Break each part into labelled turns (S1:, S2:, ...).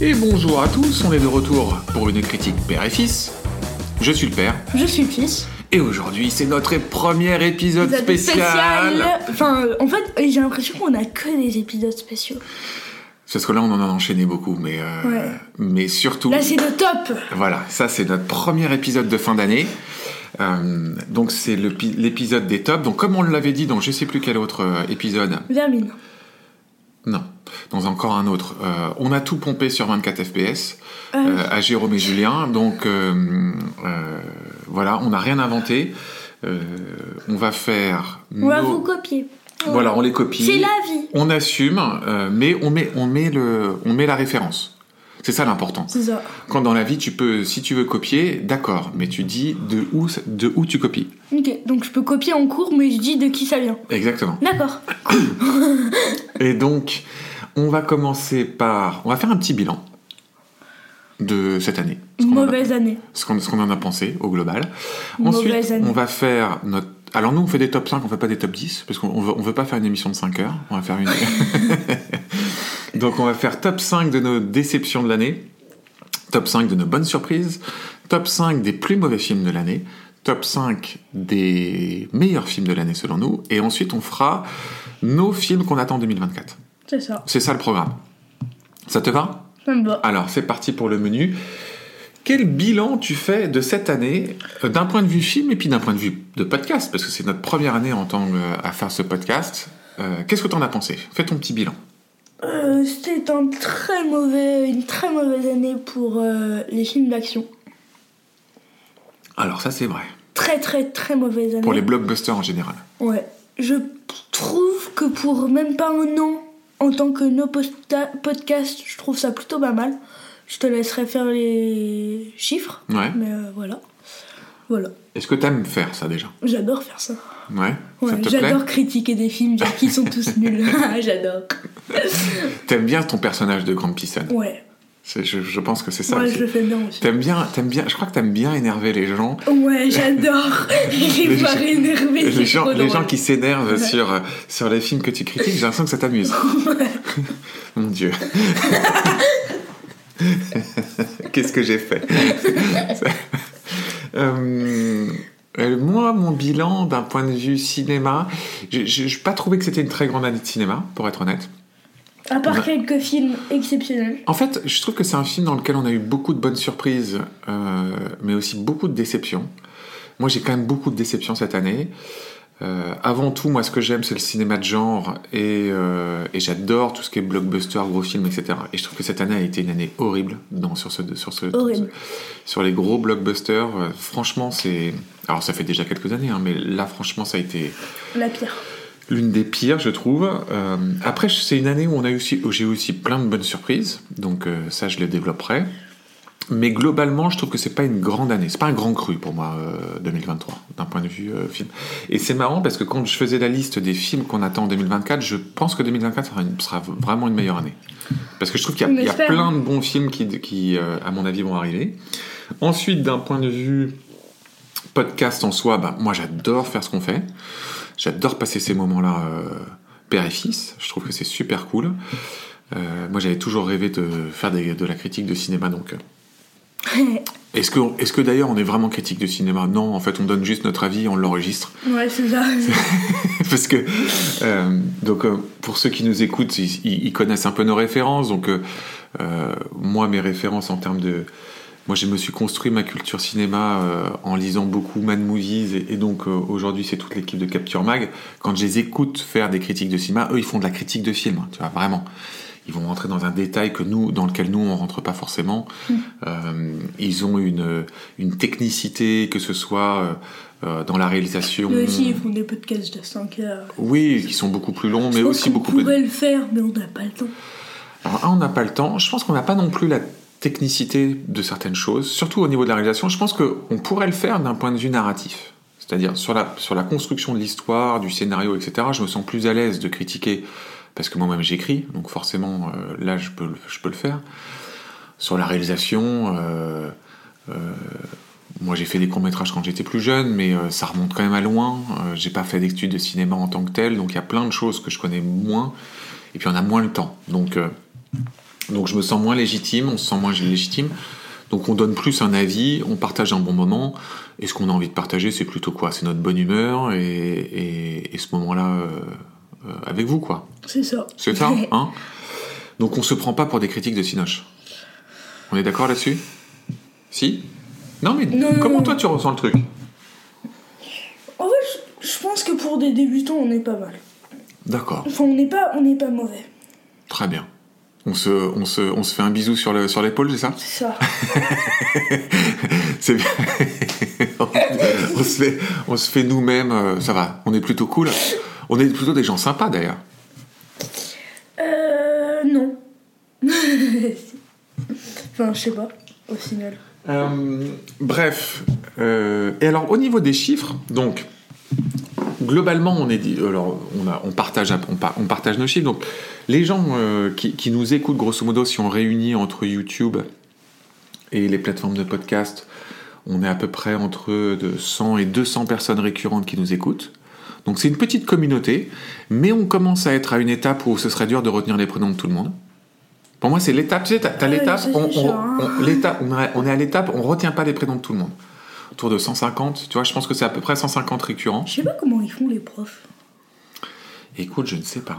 S1: Et bonjour à tous, on est de retour pour une critique père et fils. Je suis le père,
S2: Je suis le fils.
S1: et aujourd'hui c'est notre premier épisode
S2: Épisode
S1: spécial.
S2: Enfin, euh, en fait, j'ai l'impression qu'on a que des épisodes spéciaux.
S1: C'est parce que là on en a enchaîné beaucoup, mais, euh,
S2: Ouais.
S1: mais surtout...
S2: Là, c'est le top.
S1: Voilà, ça c'est notre premier épisode de fin d'année. Euh, donc c'est le pi- l'épisode des tops. Donc comme on l'avait dit dans je sais plus quel autre euh, épisode,
S2: Vermine.
S1: non, dans encore un autre, euh, on a tout pompé sur 24 FPS
S2: Ah
S1: euh,
S2: oui.
S1: à Jérôme et Julien. Donc euh, euh, voilà, on n'a rien inventé. Euh, on va faire...
S2: on va
S1: nos-
S2: vous copier.
S1: Voilà, on les copie.
S2: C'est la vie.
S1: On assume, euh, mais on met, on, met le, on met la référence. C'est ça l'important.
S2: C'est ça.
S1: Quand dans la vie, tu peux, si tu veux copier, d'accord, mais tu dis de où, de où tu copies.
S2: Ok, donc je peux copier en cours, mais je dis de qui ça vient.
S1: Exactement.
S2: D'accord.
S1: Et donc, on va commencer par, on va faire un petit bilan de cette année. Ce qu'on en a-
S2: Mauvaise année.
S1: Ce qu'on ce qu'on en a pensé au global.
S2: Mauvaise
S1: Ensuite,
S2: année.
S1: on va faire notre. Alors nous, on fait des top 5, on fait pas des top 10, parce qu'on on veut, on veut pas faire une émission de 5 heures. On va faire une. Donc on va faire top 5 de nos déceptions de l'année, top 5 de nos bonnes surprises, top 5 des plus mauvais films de l'année, top 5 des meilleurs films de l'année selon nous, et ensuite on fera nos films qu'on attend en 2024.
S2: C'est ça.
S1: C'est ça le programme. Ça te va
S2: Ça me va.
S1: alors, c'est parti pour le menu. Quel bilan tu fais de cette année, euh, d'un point de vue film et puis d'un point de vue de podcast, parce que c'est notre première année en tant que, euh, à faire ce podcast. Euh, Qu'est-ce que t'en as pensé Fais ton petit bilan.
S2: Euh, C'était un très mauvais, une très mauvaise année pour euh, les films d'action.
S1: Alors ça c'est vrai.
S2: Très très très mauvaise année.
S1: Pour les blockbusters en général.
S2: Ouais. Je trouve que pour même pas un an, en tant que no posta- podcast, je trouve ça plutôt pas mal. Je te laisserai faire les chiffres.
S1: Ouais.
S2: Mais euh, voilà. Voilà.
S1: Est-ce que t'aimes faire ça déjà
S2: J'adore faire ça.
S1: Ouais. ça
S2: Ouais,
S1: te plaît
S2: j'adore critiquer des films, dire qu'ils sont tous nuls. Ah, j'adore.
S1: T'aimes bien ton personnage de Grand Piston.
S2: Ouais.
S1: C'est- Je, je pense que c'est ça.
S2: ouais,
S1: aussi.
S2: je le fais bien aussi.
S1: T'aimes bien, t'aimes bien. Je crois que t'aimes bien énerver les gens.
S2: Ouais, j'adore.
S1: Les
S2: J'ai
S1: gens-
S2: pas énervé.
S1: Les gens, les gens qui s'énervent
S2: Ouais.
S1: sur, euh, sur les films que tu critiques, j'ai l'impression que ça t'amuse. Mon Dieu. Qu'est-ce que j'ai fait Euh, euh, Moi, mon bilan d'un point de vue cinéma, je n'ai pas trouvé que c'était une très grande année de cinéma, pour être honnête.
S2: À part
S1: Ouais.
S2: quelques films exceptionnels.
S1: En fait, je trouve que c'est un film dans lequel on a eu beaucoup de bonnes surprises, euh, mais aussi beaucoup de déceptions. Moi, j'ai quand même beaucoup de déceptions cette année. Euh, avant tout, moi, ce que j'aime, c'est le cinéma de genre et, euh, et j'adore tout ce qui est blockbuster, gros films, etc. Et je trouve que cette année a été une année horrible dans, sur, ce, sur, ce,
S2: Horrible.
S1: sur les gros blockbusters. Euh, franchement, c'est. Alors, ça fait déjà quelques années, hein, mais là, franchement, ça a été
S2: La pire.
S1: l'une des pires, je trouve. Euh, après, c'est une année où on a eu aussi, où j'ai eu aussi plein de bonnes surprises, donc euh, ça, je les développerai. Mais globalement, je trouve que c'est pas une grande année, c'est pas un grand cru pour moi euh, 2023 d'un point de vue euh, film. Et c'est marrant parce que quand je faisais la liste des films qu'on attend en 2024, je pense que 2024 sera, une- sera vraiment une meilleure année parce que je trouve qu'il y a,
S2: On
S1: il y a
S2: espère.
S1: plein de bons films qui, qui, euh, à mon avis, vont arriver. Ensuite, d'un point de vue podcast en soi, bah, moi j'adore faire ce qu'on fait. J'adore passer ces moments-là euh, père et fils. Je trouve que c'est super cool. Euh, moi j'avais toujours rêvé de faire des- de la critique de cinéma donc. euh. Est-ce que, est-ce que d'ailleurs on est vraiment critique de cinéma Non, en fait on donne juste notre avis, on l'enregistre.
S2: Ouais, c'est ça.
S1: Parce que, euh, donc, euh, pour ceux qui nous écoutent, ils, ils- ils connaissent un peu nos références. Donc, euh, euh, moi, mes références en termes de. Moi, je me suis construit ma culture cinéma euh, en lisant beaucoup Mad Movies. Et, et donc, euh, aujourd'hui, c'est toute l'équipe de Capture Mag. Quand je les écoute faire des critiques de cinéma, eux, ils font de la critique de film, hein, tu vois, vraiment. Ils vont rentrer dans un détail que nous, dans lequel nous, on rentre pas forcément. Euh, ils ont une, une technicité, que ce soit euh, euh, dans la réalisation.
S2: Mais aussi, ils font des podcasts de 5 heures.
S1: Oui, qui sont beaucoup plus longs, mais
S2: Je pense
S1: aussi
S2: qu'on
S1: beaucoup plus.
S2: pourrait le faire, mais on n'a pas le temps.
S1: Alors, un, on n'a pas le temps. Je pense qu'on n'a pas non plus la technicité de certaines choses, surtout au niveau de la réalisation. Je pense qu'on pourrait le faire d'un point de vue narratif. C'est-à-dire, sur la, sur la construction de l'histoire, du scénario, etc., je me sens plus à l'aise de critiquer, parce que moi-même j'écris, donc forcément, euh, là, je peux, le- je peux le faire. Sur la réalisation, euh, euh, moi j'ai fait des courts-métrages quand j'étais plus jeune, mais euh, ça remonte quand même à loin. Euh, j'ai pas fait d'études de cinéma en tant que tel, donc il y a plein de choses que je connais moins, et puis on a moins le temps. Donc. euh, Donc je me sens moins légitime, on se sent moins légitime. Donc on donne plus un avis, on partage un bon moment. Et ce qu'on a envie de partager, c'est plutôt quoi C'est notre bonne humeur et, et- et ce moment-là euh, euh, avec vous, quoi.
S2: C'est ça.
S1: C'est ça, hein Donc on se prend pas pour des critiques de Sinoche. On est d'accord là-dessus Si Non mais
S2: Non, non,
S1: comment
S2: non.
S1: toi tu ressens le truc
S2: En fait, je- je pense que pour des débutants, on est pas mal.
S1: D'accord,
S2: Enfin, on n'est pas, on n'est pas mauvais.
S1: très bien. On se, on, se, on se fait un bisou sur le- sur l'épaule, c'est ça
S2: C'est ça.
S1: C'est bien. on, se fait, on se fait nous-mêmes, euh, ça va, on est plutôt cool. On est plutôt des gens sympas d'ailleurs.
S2: Euh. Non. enfin, je sais pas, au final.
S1: Euh, bref, euh, et alors au niveau des chiffres, donc globalement on est dit, alors on, a- on partage, un- on, par- on partage nos chiffres. Donc les gens euh, qui, qui nous écoutent, grosso modo, si on réunit entre YouTube et les plateformes de podcast, on est à peu près entre de 100 et 200 personnes récurrentes qui nous écoutent. Donc c'est une petite communauté, mais on commence à être à une étape où ce serait dur de retenir les prénoms de tout le monde. Pour moi, c'est l'étape, tu sais, t'as- t'as
S2: Ah oui,
S1: l'étape,
S2: ça,
S1: on,
S2: c'est
S1: on-
S2: sûr, hein.
S1: on- l'étape- on est à- on est à l'étape, on retient pas les prénoms de tout le monde. Autour de 150, tu vois, je pense que c'est à peu près 150 récurrents.
S2: Je sais pas comment ils font les profs.
S1: Écoute, je ne sais pas.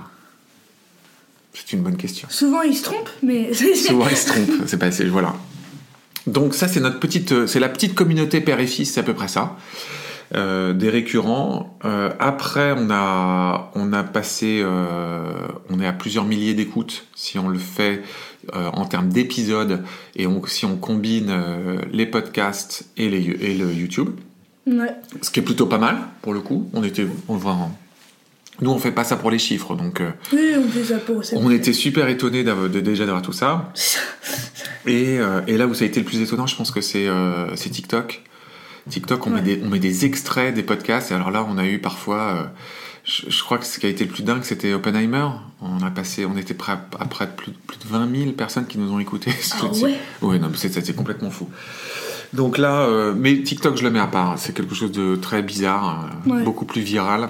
S1: C'est une bonne question.
S2: Souvent ils se trompent, mais.
S1: Souvent, ils se trompent. C'est pas c'est- Voilà. Donc, ça, c'est notre petite. euh, C'est la petite communauté père et fils, c'est à peu près ça. Euh, des récurrents. Euh, après, on a, on a passé. euh, on est à plusieurs milliers d'écoutes, si on le fait euh, en termes d'épisodes, et on- si on combine euh, les podcasts et, les, et le YouTube.
S2: ouais.
S1: Ce qui est plutôt pas mal, pour le coup. On était. On, va en- nous, on fait pas ça pour les chiffres, donc. euh,
S2: Oui, on fait ça pour ça.
S1: on était super étonnés d'avoir- de- déjà d'avoir tout ça. Et, euh, et là où ça a été le plus étonnant, je pense que c'est euh, c'est TikTok. TikTok, on, met
S2: Ouais.
S1: des, on met des extraits des podcasts. Et alors là, on a eu parfois. euh, je, je crois que ce qui a été le plus dingue, c'était Oppenheimer. On a passé, on était près à, à près de plus, plus de 20 000 personnes qui nous ont écoutés.
S2: Ah ouais
S1: Oui, non, mais c'est c'est complètement fou. Donc là, euh, mais TikTok, je le mets à part. C'est quelque chose de très bizarre, euh,
S2: Ouais.
S1: beaucoup plus viral.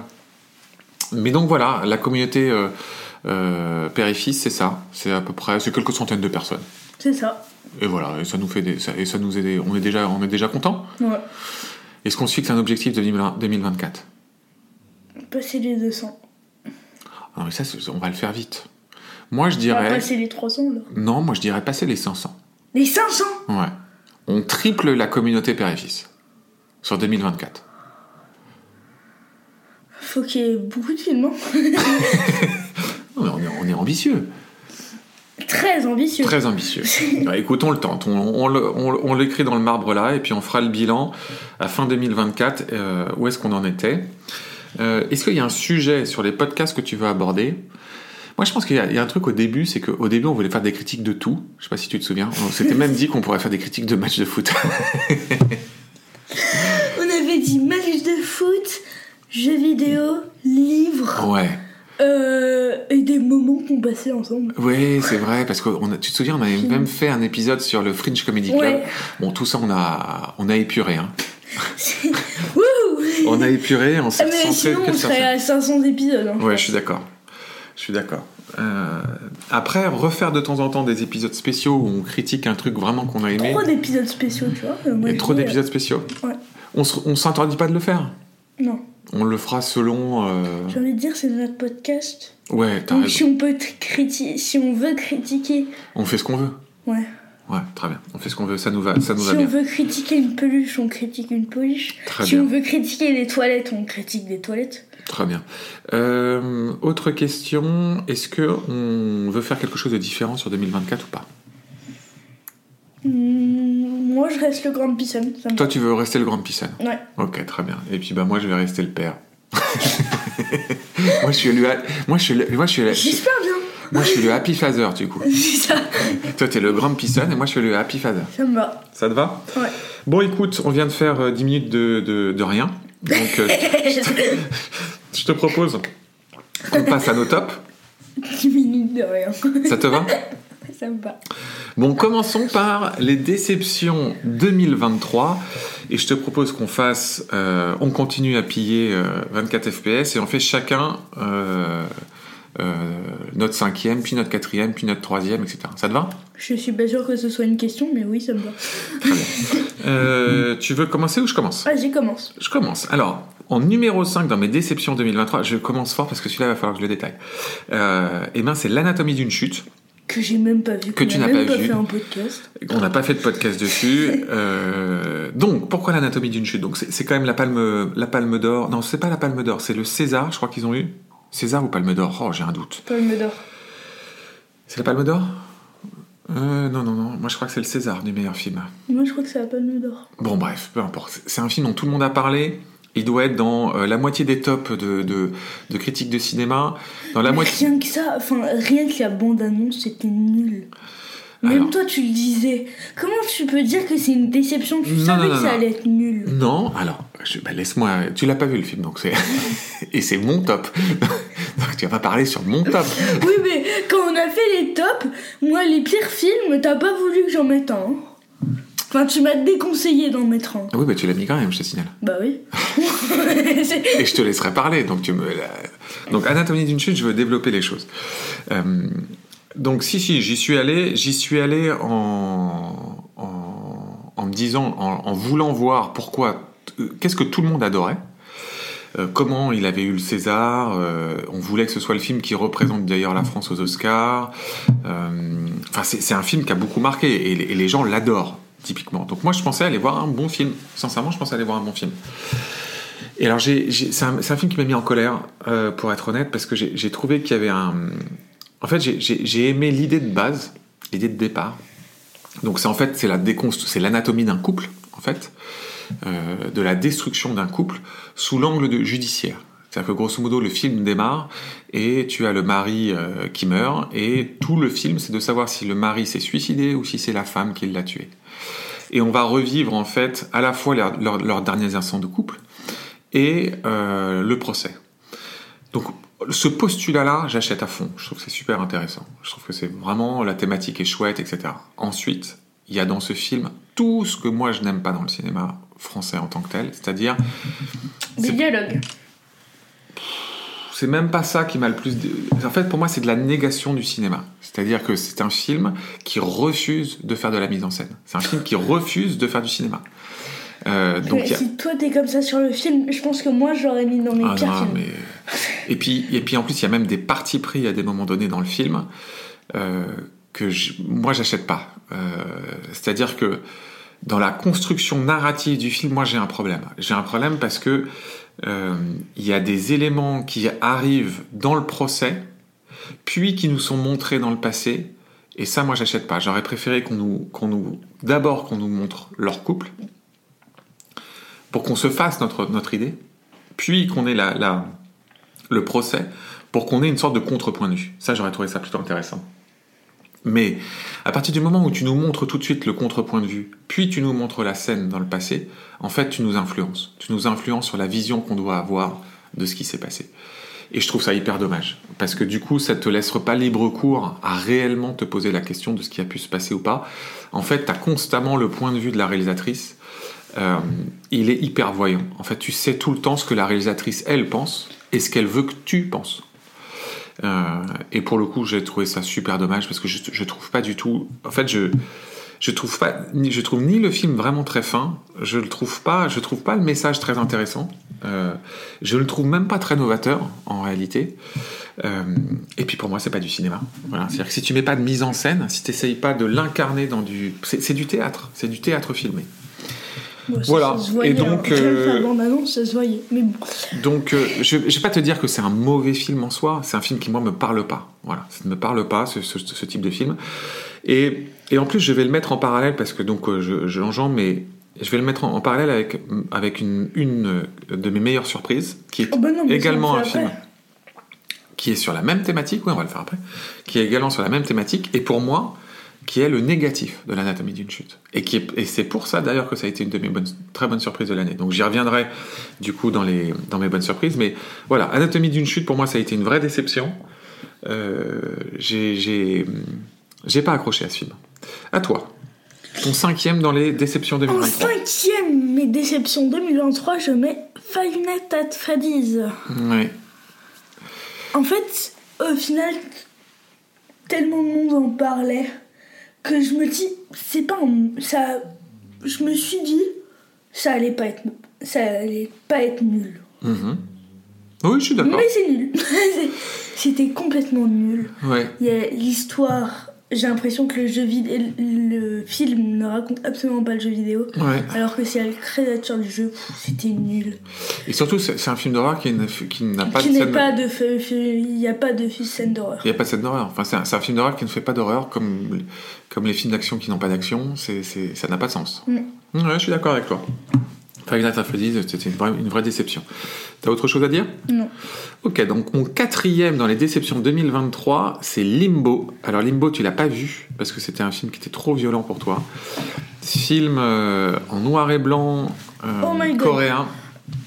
S1: Mais donc voilà, la communauté euh, euh, Père et Fils, c'est ça. C'est à peu près, c'est quelques centaines de personnes.
S2: C'est ça.
S1: Et voilà, et ça nous fait des, ça- et ça nous aide. On est déjà, on est déjà content.
S2: Ouais.
S1: Est-ce qu'on se fixe un objectif de 2020 2024
S2: Passer les 200.
S1: Ah Non, mais ça, c'est- on va le faire vite. Moi, je
S2: On va
S1: dirais,
S2: passer les 300 là.
S1: non, moi, je dirais passer les 500.
S2: Les 500
S1: Ouais. On triple la communauté Père et Fils sur 2024.
S2: Faut qu'il y ait beaucoup de films. hein.
S1: Non, mais on est, on est ambitieux,
S2: Très ambitieux.
S1: très ambitieux. Bah, écoute, on le tente, on, on le- on le- on l'écrit dans le marbre là, et puis on fera le bilan à fin 2024, euh, où est-ce qu'on en était. Euh, est-ce qu'il y a un sujet sur les podcasts que tu veux aborder moi, je pense qu'il y, a- il y a un truc au début, c'est qu'au début, on voulait faire des critiques de tout. Je sais pas si tu te souviens. On s'était même dit qu'on pourrait faire des critiques de matchs de foot.
S2: On avait dit match de foot, jeux vidéo, livres,
S1: ouais.
S2: euh, et des moments qu'on passait ensemble.
S1: Ouais, c'est vrai, parce que on a- tu te souviens, on avait même fait un épisode sur le Fringe Comedy Club.
S2: Ouais.
S1: Bon, tout ça, on a, on a épuré, hein.
S2: Wouh
S1: On a épuré, on s'est
S2: Ah, mais
S1: recentré
S2: sinon, on
S1: que sur
S2: serait
S1: ça.
S2: à 500 épisodes. hein.
S1: Ouais, je suis d'accord. Je suis d'accord. Euh, après, refaire de temps en temps des épisodes spéciaux où on critique un truc vraiment qu'on a aimé.
S2: Trop d'épisodes spéciaux, tu vois. euh, moi,
S1: Et
S2: je
S1: trop
S2: dis, euh,
S1: d'épisodes spéciaux.
S2: Ouais.
S1: On se- on s'interdit pas de le faire.
S2: Non,
S1: On le fera selon. euh,
S2: j'ai envie de dire, c'est notre podcast.
S1: Ouais, t'as
S2: Donc,
S1: raison.
S2: si on, peut t- criti- si on veut critiquer.
S1: On fait ce qu'on veut.
S2: Ouais.
S1: Ouais, très bien. On fait ce qu'on veut. Ça nous va, ça nous va
S2: Si on
S1: bien.
S2: veut critiquer une peluche, on critique une peluche.
S1: Très
S2: si
S1: bien.
S2: on veut critiquer les toilettes, on critique des toilettes.
S1: Très bien. Euh, autre question. Est-ce que on veut faire quelque chose de différent sur 2024 ou pas
S2: Hmm, moi, je reste le grand pisson. Ça me...
S1: Toi, tu veux rester le grand pisson.
S2: Ouais.
S1: Ok, très bien. Et puis bah moi je vais rester le père. moi je suis le moi je suis le- moi je suis le-
S2: J'espère bien.
S1: moi je suis le happy father du coup.
S2: ça,
S1: Toi t'es le grand pisson et moi je suis le happy father.
S2: ça me va.
S1: Ça te va
S2: Ouais.
S1: Bon écoute, on vient de faire euh, 10 minutes de, de, de rien. Donc euh, je te propose qu'on passe à nos tops.
S2: 10 minutes de rien.
S1: Ça te va
S2: ça me va.
S1: Bon, commençons par les déceptions 2023. Et je te propose qu'on fasse. euh, on continue à piller euh, 24 FPS et on fait chacun euh, euh, notre cinquième, puis notre quatrième, puis notre troisième, etc. Ça te va
S2: Je suis pas sûre que ce soit une question, mais oui, ça me va.
S1: Euh, Tu veux commencer ou je commence
S2: Vas-y, commence.
S1: Je commence. Alors, en numéro 5 dans mes déceptions 2023, je commence fort parce que celui-là, il va falloir que je le détaille. Euh, et ben, c'est l'anatomie d'une chute.
S2: Que j'ai même pas vu.
S1: Que
S2: qu'on
S1: tu
S2: a
S1: n'as
S2: même
S1: pas vu.
S2: fait un podcast.
S1: On n'a pas fait de podcast dessus. Euh, donc, pourquoi l'anatomie d'une chute Donc, c'est c'est quand même la palme, la palme d'or. Non, c'est pas la palme d'or, c'est le César, je crois qu'ils ont eu. César ou palme d'or Oh, j'ai un doute.
S2: Palme d'or.
S1: C'est la palme d'or Euh, Non, non, non. Moi, je crois que c'est le César du meilleur film.
S2: Moi, je crois que c'est la palme d'or.
S1: Bon, bref, peu importe. C'est un film dont tout le monde a parlé. Il doit être dans euh, la moitié des tops de, de, de critiques de cinéma. Dans la
S2: Mais
S1: moitié.
S2: Rien que ça, enfin, rien que la bande-annonce, c'était nul. Même
S1: Alors.
S2: toi, tu le disais. Comment tu peux dire que c'est une déception Tu
S1: Non,
S2: savais
S1: non,
S2: que
S1: non,
S2: ça
S1: non.
S2: allait être nul.
S1: Non, alors, je- bah, laisse-moi. Tu l'as pas vu le film, donc c'est. Et c'est mon top. donc tu vas pas parler sur mon top.
S2: Oui, mais quand on a fait les tops, moi, les pires films, t'as pas voulu que j'en mette un. hein. Enfin, tu m'as déconseillé d'en mettre un.
S1: Ah oui, bah tu l'as mis quand même, je te signale.
S2: Bah oui. C'est-
S1: Et je te laisserai parler, donc tu me. la- Donc, Anatomie d'une chute, je veux développer les choses. Euh, donc, si, si, j'y suis allé. J'y suis allé en. en, en me disant, en, en voulant voir pourquoi. euh, Qu'est-ce que tout le monde adorait Euh, Comment il avait eu le César euh, On voulait que ce soit le film qui représente d'ailleurs la France aux Oscars. Euh, Enfin, c'est c'est un film qui a beaucoup marqué et, les- et les gens l'adorent, typiquement. Donc, moi, je pensais aller voir un bon film. Sincèrement, je pensais aller voir un bon film. Et alors, j'ai- j'ai- c'est un, c'est un film qui m'a mis en colère, euh, pour être honnête, parce que j'ai j'ai trouvé qu'il y avait un. En fait, j'ai j'ai- j'ai aimé l'idée de base, l'idée de départ. Donc, c'est en fait, c'est la déconstru- c'est l'anatomie d'un couple, en fait, euh, de la destruction d'un couple sous l'angle de judiciaire. C'est-à-dire que grosso modo, le film démarre et tu as le mari euh, qui meurt, et tout le film, c'est de savoir si le mari s'est suicidé ou si c'est la femme qui l'a tué. Et on va revivre, en fait, à la fois leurs leur, leurs derniers instants de couple, et euh, le procès. Donc ce postulat-là, j'achète à fond. Je trouve que c'est super intéressant. Je trouve que c'est vraiment la thématique est chouette, etc. Ensuite, il y a dans ce film tout ce que moi je n'aime pas dans le cinéma français en tant que tel, c'est-à-dire
S2: Des
S1: C'est-
S2: dialogues.
S1: c'est même pas ça qui m'a le plus. dé- En fait, pour moi, c'est de la négation du cinéma. C'est-à-dire que c'est un film qui refuse de faire de la mise en scène. C'est un film qui refuse de faire du cinéma. Euh, donc,
S2: Mais
S1: il y a-
S2: Si toi t'es comme ça sur le film, je pense que moi je l'aurais mis dans mes
S1: Ah
S2: pires
S1: non,
S2: films.
S1: mais- Et puis, et puis en plus, il y a même des parties pris à des moments donnés dans le film euh, que je- moi, j'achète pas. Euh, C'est-à-dire que dans la construction narrative du film, moi, j'ai un problème. J'ai un problème parce que euh, il y a des éléments qui arrivent dans le procès, puis qui nous sont montrés dans le passé. Et ça, moi, j'achète pas. J'aurais préféré qu'on nous, qu'on nous, d'abord qu'on nous montre leur couple, pour qu'on se fasse notre, notre idée, puis qu'on ait la, la- le procès, pour qu'on ait une sorte de contrepoint de vue. Ça, j'aurais trouvé ça plutôt intéressant. Mais à partir du moment où tu nous montres tout de suite le contrepoint de vue, puis tu nous montres la scène dans le passé, en fait, tu nous influences. Tu nous influences sur la vision qu'on doit avoir de ce qui s'est passé. Et je trouve ça hyper dommage, parce que du coup, ça te laisse pas libre cours à réellement te poser la question de ce qui a pu se passer ou pas. En fait, tu as constamment le point de vue de la réalisatrice, euh, il est hyper voyant. En fait, tu sais tout le temps ce que la réalisatrice, elle, pense et ce qu'elle veut que tu penses. Euh, et pour le coup, j'ai trouvé ça super dommage parce que je, je trouve pas du tout. En fait, je je trouve pas, ni- je trouve ni le film vraiment très fin. Je le trouve pas, je trouve pas le message très intéressant. Euh, je le trouve même pas très novateur en réalité. Euh, et puis pour moi, c'est pas du cinéma. Voilà. C'est-à-dire que si tu mets pas de mise en scène, si t'essayes pas de l'incarner dans du, c'est c'est du théâtre, c'est du théâtre filmé.
S2: Bon, ça,
S1: voilà.
S2: ça se voyait,
S1: Et donc,
S2: hein. Rien que
S1: euh,
S2: la bande-annonce, ça se voyait. Mais bon,
S1: Donc, euh, je ne vais pas te dire que c'est un mauvais film en soi, c'est un film qui, moi, me parle pas. Voilà, ça ne me parle pas, ce, ce- ce type de film. Et, et en plus, je vais le mettre en parallèle, parce que donc, euh, je, je l'enjambe, mais je vais le mettre en, en parallèle avec, avec une, une euh, de mes meilleures surprises, qui est
S2: Oh, bah non, mais ça, on
S1: également
S2: le
S1: un
S2: fait
S1: film
S2: après.
S1: qui est sur la même thématique, oui, on va le faire après, qui est également sur la même thématique, et pour moi, qui est le négatif de l'anatomie d'une chute. Et, qui est- et c'est pour ça d'ailleurs que ça a été une de mes bonnes, très bonnes surprises de l'année. Donc j'y reviendrai du coup dans, les, dans mes bonnes surprises, mais voilà, anatomie d'une chute, pour moi, ça a été une vraie déception. Euh, j'ai- J'ai j'ai pas accroché à ce film. À toi. Ton cinquième dans les déceptions
S2: en
S1: 2023.
S2: cinquième, mes déceptions 2023, je mets Five Nights at Freddy's.
S1: Ouais.
S2: En fait, au final, tellement de monde en parlait que je me dis, c'est pas un- ça. Je me suis dit, ça allait pas être, ça allait pas être nul.
S1: Mhm. Oui, je suis d'accord.
S2: Mais c'est nul. C'est- C'était complètement nul.
S1: Ouais.
S2: Il y a l'histoire. J'ai l'impression que le jeu vidéo, le film ne raconte absolument pas le jeu vidéo.
S1: Ouais.
S2: Alors que c'est le créateur du jeu, pff, c'était nul.
S1: Et surtout, c'est c'est un film d'horreur qui n'a qui n'a pas
S2: Qui
S1: de
S2: n'est
S1: scène.
S2: pas de, fe- fe- il n'y a pas de fi- scène d'horreur.
S1: Il n'y a pas de scène d'horreur. Enfin, c'est un, c'est un film d'horreur qui ne fait pas d'horreur, comme, comme les films d'action qui n'ont pas d'action. C'est, c'est- ça n'a pas de sens.
S2: Mm.
S1: Mm, ouais, je suis d'accord avec toi. Five Nights at Freddy's, c'était une vraie, une vraie déception. T'as autre chose à dire
S2: Non.
S1: Ok, donc mon quatrième dans les déceptions 2023, c'est Limbo. Alors Limbo, tu l'as pas vu parce que c'était un film qui était trop violent pour toi. Film euh, en noir et blanc, euh,
S2: Oh my God.
S1: coréen.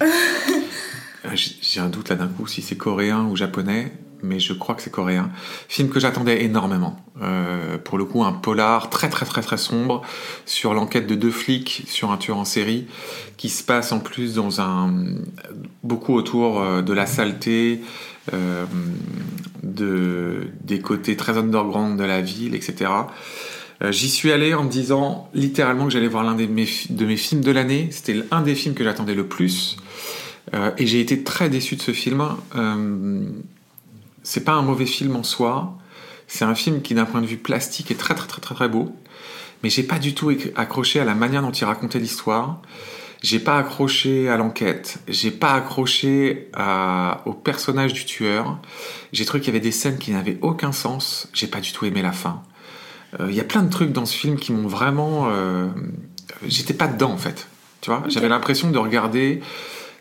S1: Ah, J'ai j'ai un doute là d'un coup si c'est coréen ou japonais, mais je crois que c'est coréen. Film que j'attendais énormément. Euh, pour le coup, un polar très très très très sombre sur l'enquête de deux flics sur un tueur en série qui se passe en plus dans un beaucoup autour euh, de la saleté, euh, de, des côtés très underground de la ville, etc. Euh, J'y suis allé en me disant littéralement que j'allais voir l'un des mes fi- de mes films de l'année. C'était un des films que j'attendais le plus. Euh, et j'ai été très déçu de ce film. Euh, c'est pas un mauvais film en soi. C'est un film qui, d'un point de vue plastique, est très très très très très beau. Mais j'ai pas du tout éc- accroché à la manière dont il racontait l'histoire. J'ai pas accroché à l'enquête. J'ai pas accroché à- au personnage du tueur. J'ai trouvé qu'il y avait des scènes qui n'avaient aucun sens. J'ai pas du tout aimé la fin. Euh, Il y a plein de trucs dans ce film qui m'ont vraiment. euh, J'étais pas dedans en fait. Tu vois, j'avais l'impression de regarder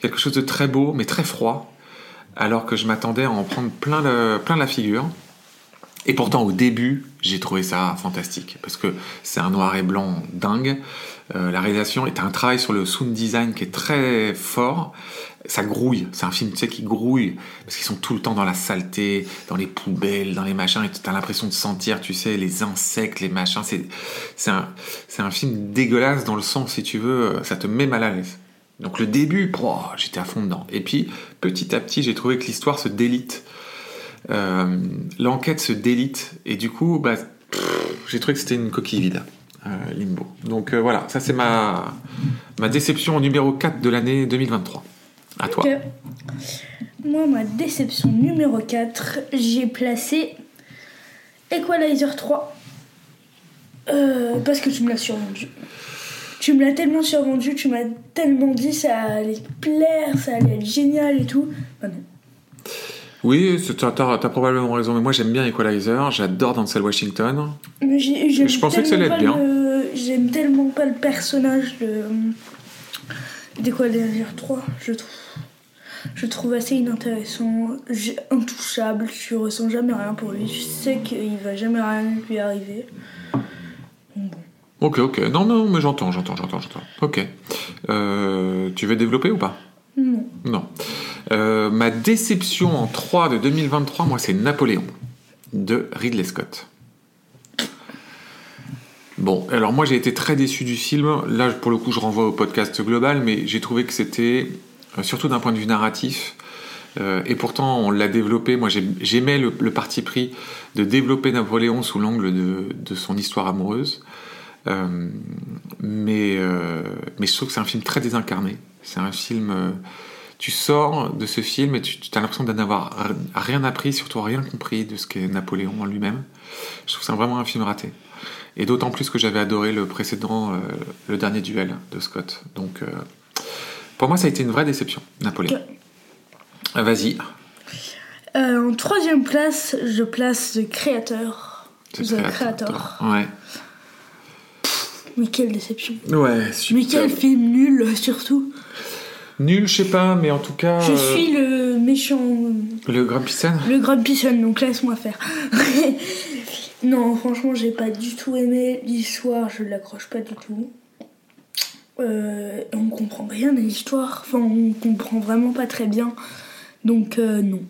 S1: quelque chose de très beau mais très froid, alors que je m'attendais à en prendre plein, le- plein la figure. Et pourtant, au début, j'ai trouvé ça fantastique parce que c'est un noir et blanc dingue. Euh, la réalisation est un travail sur le sound design qui est très fort. Ça grouille. C'est un film, tu sais, qui grouille parce qu'ils sont tout le temps dans la saleté, dans les poubelles, dans les machins. Et tu as l'impression de sentir, tu sais, les insectes, les machins. C'est, c'est un, c'est un film dégueulasse dans le sens, si tu veux, euh, ça te met mal à l'aise. Donc le début, pouah, j'étais à fond dedans. Et puis, petit à petit, j'ai trouvé que l'histoire se délite. Euh, l'enquête se délite. Et du coup, bah, pff, j'ai trouvé que c'était une coquille vide, euh, Limbo. Donc euh, voilà, ça c'est ma, ma déception numéro 4 de l'année 2023. À toi.
S2: Ok. Moi, ma déception numéro 4, j'ai placé Equalizer 3. Euh, parce que tu me l'as survendu. Tu me l'as tellement survendu, tu m'as tellement dit ça allait plaire, ça allait être génial et tout. Bah non.
S1: Oui, c'est- t'as t'as- t'as probablement raison, mais moi j'aime bien Equalizer, j'adore Denzel Washington.
S2: Mais j'ai- j'aime
S1: Je pensais que ça allait
S2: tellement
S1: être
S2: pas le- J'aime tellement pas le personnage de. d'Equalizer 3, je trouve. Je trouve assez inintéressant, j'ai- intouchable, tu ressens jamais rien pour lui, tu sais qu'il va jamais rien lui arriver.
S1: Ok, ok. Non, non, mais j'entends, j'entends, j'entends, j'entends. Ok. Euh, tu veux développer ou pas
S2: Non.
S1: Non. Euh, ma déception en 3 de 2023, moi, c'est Napoléon de Ridley Scott. Bon, alors moi j'ai été très déçu du film. Là, pour le coup, je renvoie au podcast global, mais j'ai trouvé que c'était, euh, surtout d'un point de vue narratif, euh, et pourtant on l'a développé. Moi j'ai- j'aimais le, le parti pris de développer Napoléon sous l'angle de, de son histoire amoureuse. Euh, mais, euh, mais je trouve que c'est un film très désincarné. C'est un film. euh, tu sors de ce film et tu as l'impression d'en avoir r- rien appris, surtout rien compris de ce qu'est Napoléon en lui-même. Je trouve que c'est vraiment un film raté. Et d'autant plus que j'avais adoré le précédent, euh, le dernier duel de Scott. Donc, euh, pour moi, ça a été une vraie déception, Napoléon. Ah, Vas-y,
S2: Euh, en troisième place, je place The Creator.
S1: c'est
S2: The Creator.
S1: Ouais.
S2: Mais quelle déception.
S1: Ouais,
S2: Mais quel film nul, surtout.
S1: Nul, je sais pas, mais en tout cas.
S2: Je
S1: euh,
S2: suis le méchant.
S1: Le Grumpy Sen
S2: Le Grumpy Sun, donc laisse-moi faire. non, franchement, j'ai pas du tout aimé l'histoire, je l'accroche pas du tout. Euh, on comprend rien à l'histoire, enfin, on comprend vraiment pas très bien. Donc, euh, non.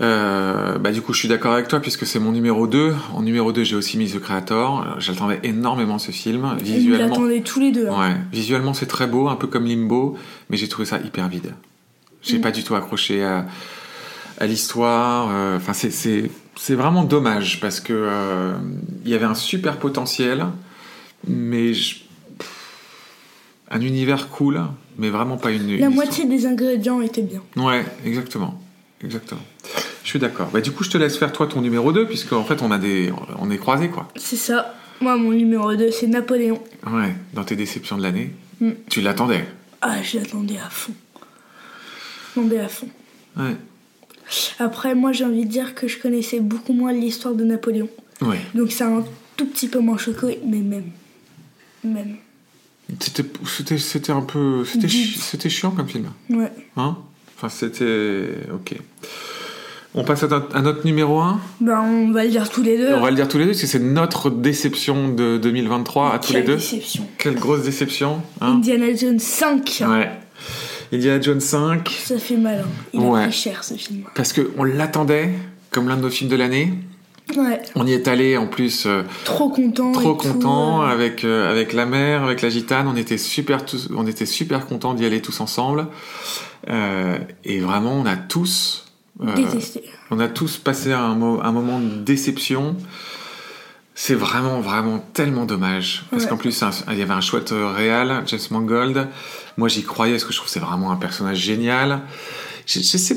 S1: Euh, bah du coup je suis d'accord avec toi puisque c'est mon numéro 2. En numéro 2 j'ai aussi mis The Creator. Alors, J'attendais énormément ce film.
S2: Et Nous
S1: Visuellement,
S2: l'attendait tous les deux. hein.
S1: ouais, visuellement c'est très beau, un peu comme Limbo, mais j'ai trouvé ça hyper vide. J'ai
S2: Mm.
S1: pas du tout accroché à, à l'histoire. euh, Enfin, c'est- c'est c'est vraiment dommage parce que euh, il y avait un super potentiel, mais je- un univers cool, mais vraiment pas une. une
S2: La
S1: histoire.
S2: moitié des ingrédients étaient bien.
S1: Ouais, exactement. Exactement. Je suis d'accord. Bah, du coup, je te laisse faire toi ton numéro 2, puisque en fait, on, a des... on est croisés, quoi.
S2: C'est ça. Moi, mon numéro 2, c'est Napoléon.
S1: Ouais, dans tes déceptions de l'année.
S2: Mm.
S1: Tu l'attendais.
S2: Ah, je l'attendais à fond. Je l'attendais à fond.
S1: Ouais.
S2: Après, moi, j'ai envie de dire que je connaissais beaucoup moins l'histoire de Napoléon.
S1: Ouais.
S2: Donc, ça a un tout petit peu moins choqué, mais même. Même.
S1: C'était- C'était c'était un peu.
S2: Mm-hmm.
S1: C'était chi- c'était chiant comme film.
S2: Ouais.
S1: Hein Enfin, c'était. Ok. On passe à notre, à notre numéro 1.
S2: Ben, on va le dire tous les deux.
S1: On va le dire tous les deux, parce que c'est notre déception de 2023 à tous
S2: Quelle
S1: les deux.
S2: déception.
S1: Quelle grosse déception. Hein
S2: Indiana Jones 5.
S1: ouais. Indiana Jones 5.
S2: Ça fait mal, hein. Il
S1: Ouais.
S2: a pris cher, ce film.
S1: Parce qu'on l'attendait comme l'un de nos films de l'année.
S2: Ouais.
S1: On y est allé en plus euh,
S2: Trop content.
S1: trop
S2: et tout,
S1: content
S2: euh,
S1: avec, euh, avec la mère, avec la gitane. On était super, tous, on était super contents d'y aller tous ensemble. Euh, et vraiment, on a tous. euh,
S2: Détesté.
S1: On a tous passé un, mo- un moment de déception. C'est vraiment, vraiment tellement dommage. Parce
S2: Ouais.
S1: qu'en plus, c'est un- il y avait un chouette euh, réal, James Mangold. Moi, j'y croyais parce que je trouve que c'est vraiment un personnage génial. Je, je sais,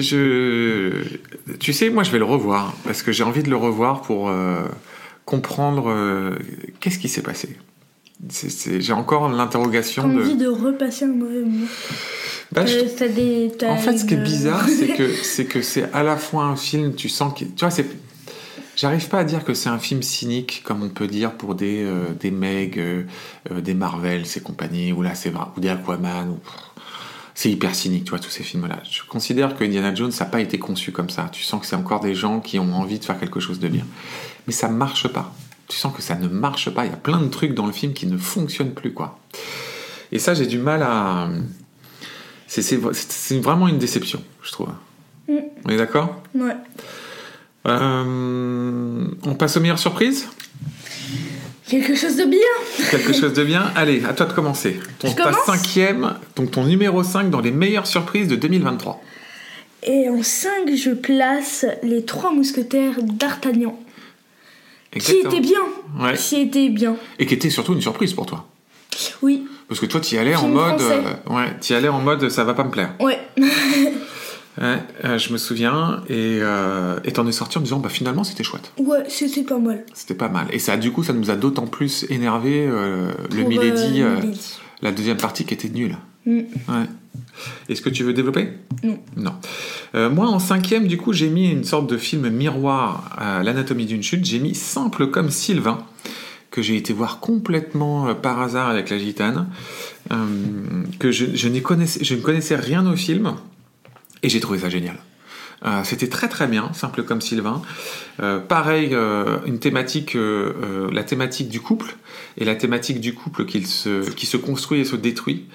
S1: je, je- tu sais, moi, je vais le revoir. Parce que j'ai envie de le revoir pour euh, comprendre euh, qu'est-ce qui s'est passé. C'est- c'est- J'ai encore
S2: T'as
S1: l'interrogation
S2: envie
S1: de.
S2: de repasser un mauvais moment.
S1: Bah, je-
S2: Euh, t'as des- t'as
S1: en fait, ce qui est
S2: une-
S1: bizarre, c'est que c'est que c'est à la fois un film, tu sens que tu vois, c'est J'arrive pas à dire que c'est un film cynique, comme on peut dire pour des, euh, des Meg, euh, euh, des Marvel, ces compagnies, ou là c'est vrai, ou des Aquaman, ou... c'est hyper cynique, tu vois, tous ces films-là. Je considère que Indiana Jones n'a pas été conçu comme ça. Tu sens que c'est encore des gens qui ont envie de faire quelque chose de bien. Mais ça marche pas. Tu sens que ça ne marche pas. Il y a plein de trucs dans le film qui ne fonctionnent plus, quoi. Et ça, j'ai du mal à. C'est- C'est c'est vraiment une déception, je trouve.
S2: Mm.
S1: On est d'accord
S2: Ouais.
S1: Euh, On passe aux meilleures surprises
S2: Quelque chose de bien.
S1: Quelque chose de bien Allez, à toi de commencer. Ton,
S2: Je
S1: ta
S2: commence
S1: cinquième, donc ton numéro 5 dans les meilleures surprises de 2023.
S2: Et en 5, je place les trois mousquetaires d'Artagnan. Qui
S1: Exactement.
S2: était bien.
S1: Ouais.
S2: Qui était bien.
S1: Et qui était surtout une surprise pour toi.
S2: Oui.
S1: Parce que toi, tu y allais en
S2: Film
S1: mode.
S2: français.
S1: euh, ouais, tu y allais en mode ça va pas me plaire.
S2: Ouais.
S1: Ouais, euh, je me souviens. Et euh, et t'en es sorti en disant bah finalement c'était chouette.
S2: Ouais, c'était pas mal.
S1: C'était pas mal. Et ça, du coup, ça nous a d'autant plus énervé euh, le
S2: Pour,
S1: Milady,
S2: euh,
S1: euh,
S2: Milady.
S1: la deuxième partie qui était nulle.
S2: Mm.
S1: Ouais. Est-ce que tu veux développer
S2: Non.
S1: Non. Euh, moi, en cinquième, du coup, j'ai mis une sorte de film miroir à l'anatomie d'une chute. J'ai mis Simple comme Sylvain, que j'ai été voir complètement euh, par hasard avec la gitane, euh, que je, je n'y connaissais, je ne connaissais rien au film, et j'ai trouvé ça génial. Euh, C'était très très bien, simple comme Sylvain. Euh, pareil, euh, une thématique, euh, euh, la thématique du couple et la thématique du couple qu'il se- qui se construit et se détruit.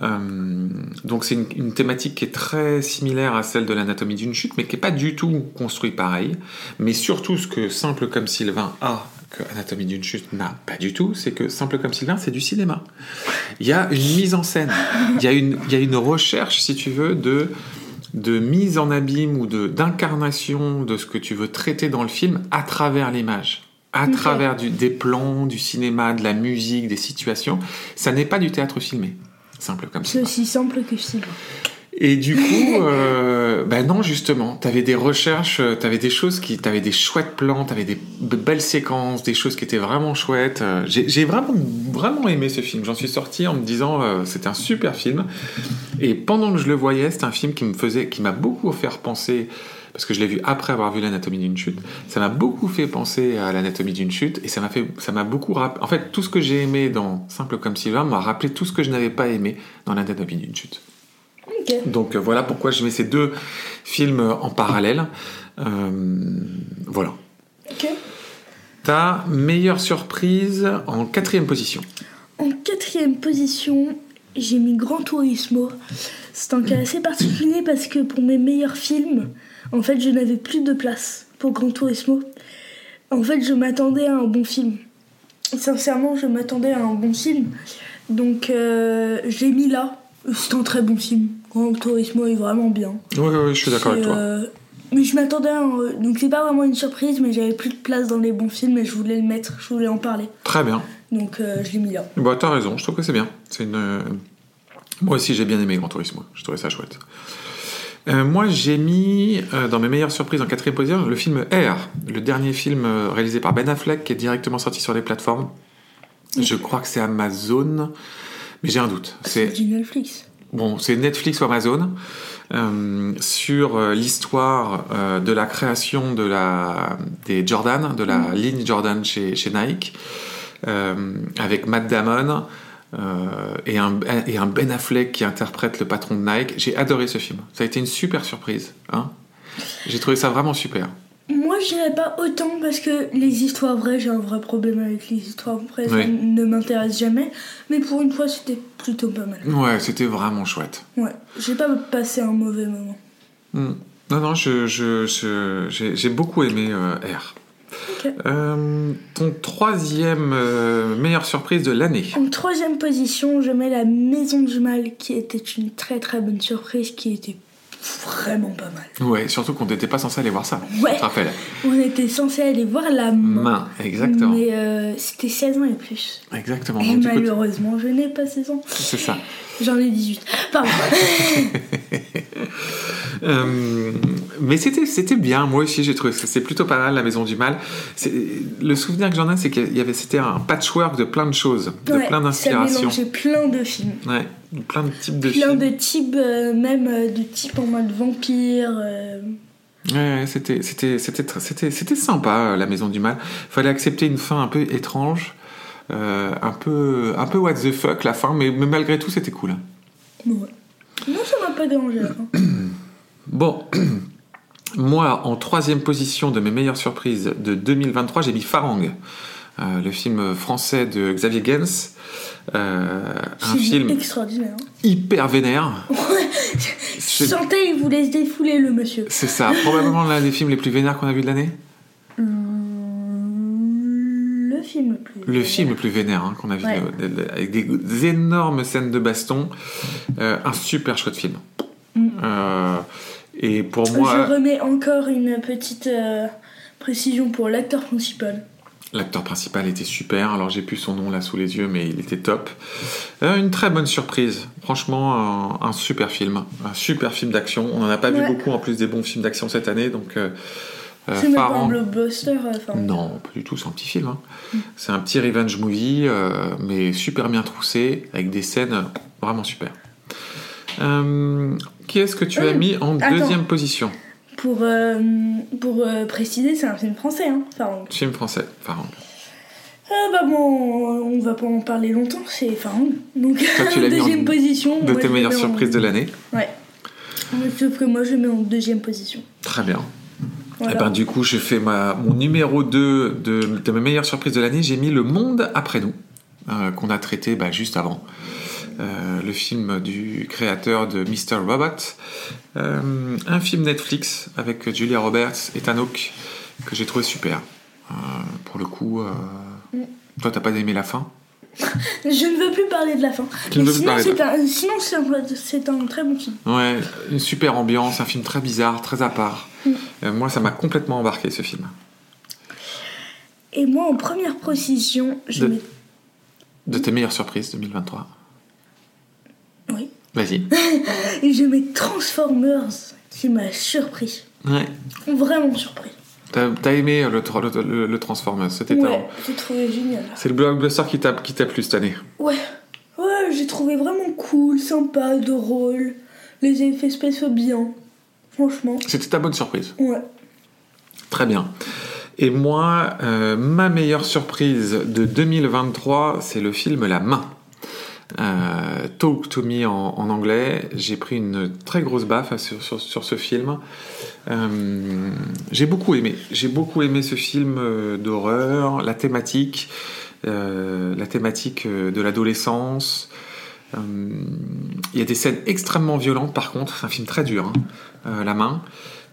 S1: Euh, donc c'est une, une thématique qui est très similaire à celle de l'anatomie d'une chute, mais qui n'est pas du tout construite pareil. Mais surtout, ce que Simple comme Sylvain a, que Anatomie d'une chute n'a pas du tout, c'est que Simple comme Sylvain, c'est du cinéma. Il y a une mise en scène, il y a une, il y a une recherche, si tu veux, de de mise en abîme ou de d'incarnation de ce que tu veux traiter dans le film à travers l'image, à
S2: Ok.
S1: travers du, des plans, du cinéma, de la musique, des situations. Ça n'est pas du théâtre filmé, simple comme ça.
S2: C'est aussi simple que Sylvain.
S1: Et du coup, euh, bah non, justement, t'avais des recherches, euh, t'avais des choses qui, t'avais des chouettes plans, t'avais des b- belles séquences, des choses qui étaient vraiment chouettes. Euh, J'ai j'ai vraiment, vraiment aimé ce film. J'en suis sorti en me disant, euh, c'était un super film. Et pendant que je le voyais, c'était un film qui me faisait, qui m'a beaucoup fait penser, parce que je l'ai vu après avoir vu l'anatomie d'une chute. Ça m'a beaucoup fait penser à l'anatomie d'une chute et ça m'a fait, ça m'a beaucoup rappelé. En fait, tout ce que j'ai aimé dans Simple comme Sylvain m'a rappelé tout ce que je n'avais pas aimé dans l'anatomie d'une chute.
S2: Ok.
S1: Donc euh, voilà pourquoi je mets ces deux films euh, en parallèle. Euh, voilà.
S2: Ok.
S1: Ta meilleure surprise en quatrième position.
S2: En quatrième position, j'ai mis Grand Turismo. C'est un cas assez particulier parce que pour mes meilleurs films, en fait, je n'avais plus de place pour Grand Turismo. En fait, je m'attendais à un bon film. Sincèrement, je m'attendais à un bon film. Donc, euh, j'ai mis là. C'est un très bon film, Grand Turismo est vraiment bien.
S1: Ouais, ouais, ouais, je suis d'accord
S2: C'est,
S1: avec toi.
S2: euh, mais je m'attendais à un- euh, Donc c'est pas vraiment une surprise, mais j'avais plus de place dans les bons films et je voulais le mettre, je voulais en parler.
S1: Très bien.
S2: Donc euh, je l'ai mis là.
S1: Bah, t'as raison, je trouve que c'est bien. C'est une. euh, Moi aussi, j'ai bien aimé Grand Tourisme, moi. je trouvais ça chouette. Euh, moi, j'ai mis euh, dans mes meilleures surprises en quatrième position le film Air, le dernier film euh, réalisé par Ben Affleck qui est directement sorti sur les plateformes. Je crois que c'est Amazon, mais j'ai un doute. C'est
S2: du Netflix.
S1: euh, euh, Ben hein.
S2: Moi je dirais pas autant parce que les histoires vraies, j'ai un vrai problème avec les histoires vraies, ça
S1: Ouais.
S2: ne m'intéresse jamais. Mais pour une fois c'était plutôt pas mal.
S1: Ouais, c'était vraiment chouette.
S2: Ouais, j'ai pas passé un mauvais moment.
S1: Hmm. Non, non, je, je- je- j'ai, j'ai beaucoup aimé euh, R.
S2: Ok.
S1: Euh, ton troisième euh, meilleure surprise de l'année.
S2: En troisième position, je mets La Maison du Mal qui était une très très bonne surprise qui était vraiment pas mal.
S1: Ouais, surtout qu'on n'était pas censé aller voir ça.
S2: Ouais.
S1: Je te rappelle.
S2: On était censé aller voir la main.
S1: Main, exactement.
S2: Mais euh, c'était 16 ans et plus.
S1: Exactement.
S2: Et
S1: Donc, du coup,
S2: malheureusement, je n'ai pas 16 ans.
S1: c'est ça.
S2: J'en ai 18. Pardon.
S1: Euh, mais c'était, c'était bien. Moi aussi, j'ai trouvé que c'était plutôt pas mal, La Maison du Mal. C'est, le souvenir que j'en ai, c'est qu'il y avait, c'était un patchwork de plein de choses, de
S2: Ouais,
S1: plein
S2: Ça
S1: d'inspirations.
S2: mélangeait plein de films.
S1: Ouais, de plein de types de
S2: plein
S1: films.
S2: de types, euh, même euh, de types en mode vampire. euh,
S1: Ouais, ouais, c'était, c'était, c'était, tr- c'était, c'était sympa, euh, la Maison du Mal. Fallait accepter une fin un peu étrange, euh, un peu, un peu what the fuck la fin, mais, mais malgré tout, c'était cool.
S2: ouais. Non, ça m'a pas dérangé. hein. la fin.
S1: Bon, moi, en troisième position de mes meilleures surprises de 2023, j'ai mis Farang, euh, le film français de Xavier Gens, euh, un
S2: C'est
S1: film
S2: extraordinaire. hein.
S1: hyper vénère.
S2: Je
S1: C'est-
S2: sentais, il voulait se défouler, le monsieur.
S1: C'est ça, probablement l'un des films les plus vénères qu'on a vu de l'année.
S2: Le film le plus.
S1: Le film le plus vénère hein, qu'on a vu,
S2: Ouais.
S1: euh, avec des, des énormes scènes de baston, Euh, un super chouette film.
S2: Mm.
S1: Euh, et pour moi, euh,
S2: Je remets encore une petite euh, précision pour l'acteur principal.
S1: l'acteur principal était super. Alors j'ai plus son nom là sous les yeux, mais il était top. Euh, une très bonne surprise, franchement, un, un super film, un super film d'action. On n'en a pas
S2: Ouais.
S1: vu beaucoup en plus des bons films d'action cette année, donc. euh, euh,
S2: c'est même pas un
S1: Farhan-
S2: blockbuster. euh, Enfin,
S1: Non, pas du tout, c'est un petit film. hein. C'est un petit revenge movie, euh, mais super bien troussé, avec des scènes vraiment super. Euh, qui est-ce que tu as
S2: Hum,
S1: mis en
S2: attends.
S1: deuxième position
S2: Pour, euh, pour euh, préciser, c'est un film français. Hein. Enfin,
S1: Film français, Farang.
S2: ah bah bon, on va pas en parler longtemps, c'est Farang. Donc,
S1: Toi, tu l'as mis en
S2: deuxième position.
S1: De
S2: moi,
S1: tes
S2: je
S1: meilleures
S2: mets en-
S1: surprises de l'année
S2: Ouais. Mais Sauf que moi, je mets en deuxième position.
S1: Très bien.
S2: Voilà.
S1: Eh ben, du coup, je fais ma, mon numéro 2 de, de mes meilleures surprises de l'année. J'ai mis Le Monde après nous, euh, qu'on a traité bah, juste avant. Euh, le film du créateur de Mr. Robot. Euh, un film Netflix avec Julia Roberts et Tanok que j'ai trouvé super. Euh, pour le coup, euh,
S2: Mm.
S1: toi, t'as pas aimé la fin
S2: Je ne veux plus parler de la fin.
S1: Tu ne
S2: Mais
S1: veux plus
S2: sinon,
S1: parler de
S2: c'est un, sinon, c'est un- c'est un très bon film.
S1: Ouais, une super ambiance, un film très bizarre, très à part.
S2: Mm.
S1: Euh, moi, ça m'a complètement embarqué ce film.
S2: Et moi, en première position, je
S1: De-
S2: mets.
S1: De tes meilleures surprises 2023.
S2: Oui.
S1: Vas-y.
S2: Et je mets Transformers qui m'a surpris.
S1: Ouais.
S2: Vraiment surpris.
S1: T'as t'as aimé le, tra- le, le- le Transformers, c'était
S2: Ouais,
S1: un-
S2: j'ai trouvé génial.
S1: C'est le blockbuster qui t'a qui t'a plu cette année.
S2: Ouais, ouais, j'ai trouvé vraiment cool, sympa, drôle. Les effets spéciaux bien. Franchement,
S1: C'était ta bonne surprise.
S2: ouais.
S1: Très bien. Et moi, euh, ma meilleure surprise de 2023, c'est le film La Main. Euh, Talk to Me en, en anglais. J'ai pris une très grosse baffe sur, sur- sur ce film. Euh, j'ai beaucoup aimé. J'ai beaucoup aimé ce film euh, d'horreur, la thématique, euh, la thématique euh, de l'adolescence. Euh, Il y a des scènes extrêmement violentes, par contre. C'est un film très dur, hein, euh, La Main.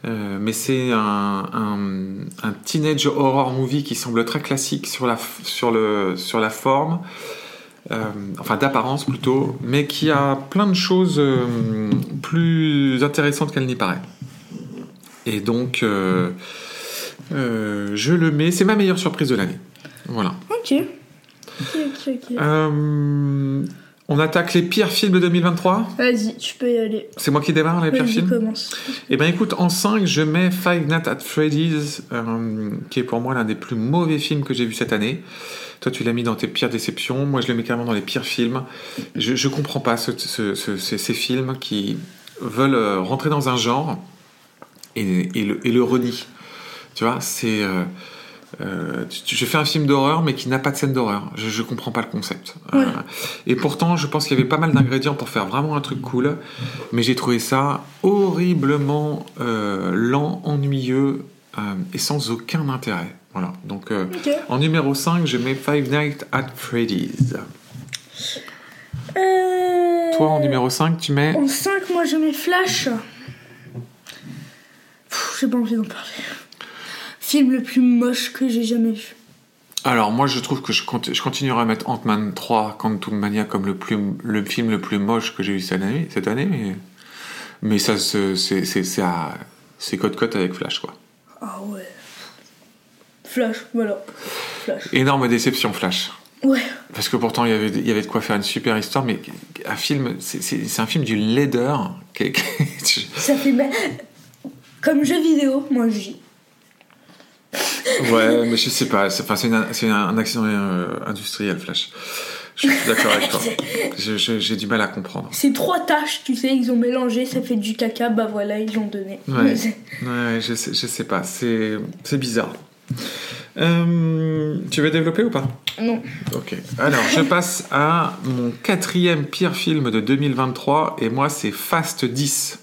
S1: Euh, mais c'est un, un- un teenage horror movie qui semble très classique sur la, f- sur le, sur la forme, euh, enfin d'apparence plutôt, mais qui a plein de choses euh, plus intéressantes qu'elle n'y paraît. Et donc, euh, euh, je le mets. C'est ma meilleure surprise de l'année. Voilà.
S2: Ok. Ok, ok, ok.
S1: Euh, on attaque les pires films de 2023.
S2: Vas-y, tu peux y aller.
S1: C'est moi qui démarre les pires
S2: Vas-y,
S1: films.
S2: commence.
S1: Eh ben écoute, en 5, je mets Five Nights at Freddy's, euh, qui est pour moi l'un des plus mauvais films que j'ai vu cette année. Toi, tu l'as mis dans tes pires déceptions. Moi, je le mets carrément dans les pires films. Je, je comprends pas ce- ce- ce- ces, ces films qui veulent euh, rentrer dans un genre et, et le, et le renient. Tu vois, c'est. euh, euh, tu- tu- je fais un film d'horreur, mais qui n'a pas de scène d'horreur. Je, je comprends pas le concept. Euh,
S2: Ouais.
S1: et pourtant, je pense qu'il y avait pas mal d'ingrédients pour faire vraiment un truc cool. Mais j'ai trouvé ça horriblement euh, lent, ennuyeux euh, et sans aucun intérêt. Voilà. Donc, euh,
S2: Ok.
S1: en numéro 5, je mets Five Nights at Freddy's.
S2: Euh,
S1: Toi, en numéro 5, tu mets.
S2: En 5, moi je mets Flash. Pff, J'ai pas envie d'en parler. Film le plus moche que j'ai jamais vu.
S1: Alors, moi, je trouve que je, conti- je continuerai à mettre Ant-Man 3, Quantum Mania, comme le, plus, le film le plus moche que j'ai vu cette année, cette année mais. Mais ça, se- c'est- c'est c'est à- c'est côte-côte avec Flash, quoi.
S2: Ah ouais. Flash, voilà. Flash.
S1: Énorme déception, Flash.
S2: Ouais.
S1: Parce que pourtant, il y avait, il y avait de quoi faire une super histoire, mais un film, c'est- c'est c'est un film du laideur. qui est- qui est-
S2: Ça fait mal. Comme jeu vidéo, moi je dis.
S1: ouais, mais je sais pas, c'est enfin, c'est une- c'est un accident euh, industriel, Flash. Je suis d'accord avec toi. Je- je- J'ai du mal à comprendre.
S2: C'est trois tâches, tu sais, ils ont mélangé, ça fait du caca, bah voilà, ils l'ont donné.
S1: Ouais.
S2: Mais c'est-
S1: Ouais, je sais, je sais pas, c'est c'est bizarre. Euh, tu veux développer ou pas
S2: Non.
S1: Ok. Alors, je passe à mon quatrième pire film de 2023, et moi, c'est Fast 10.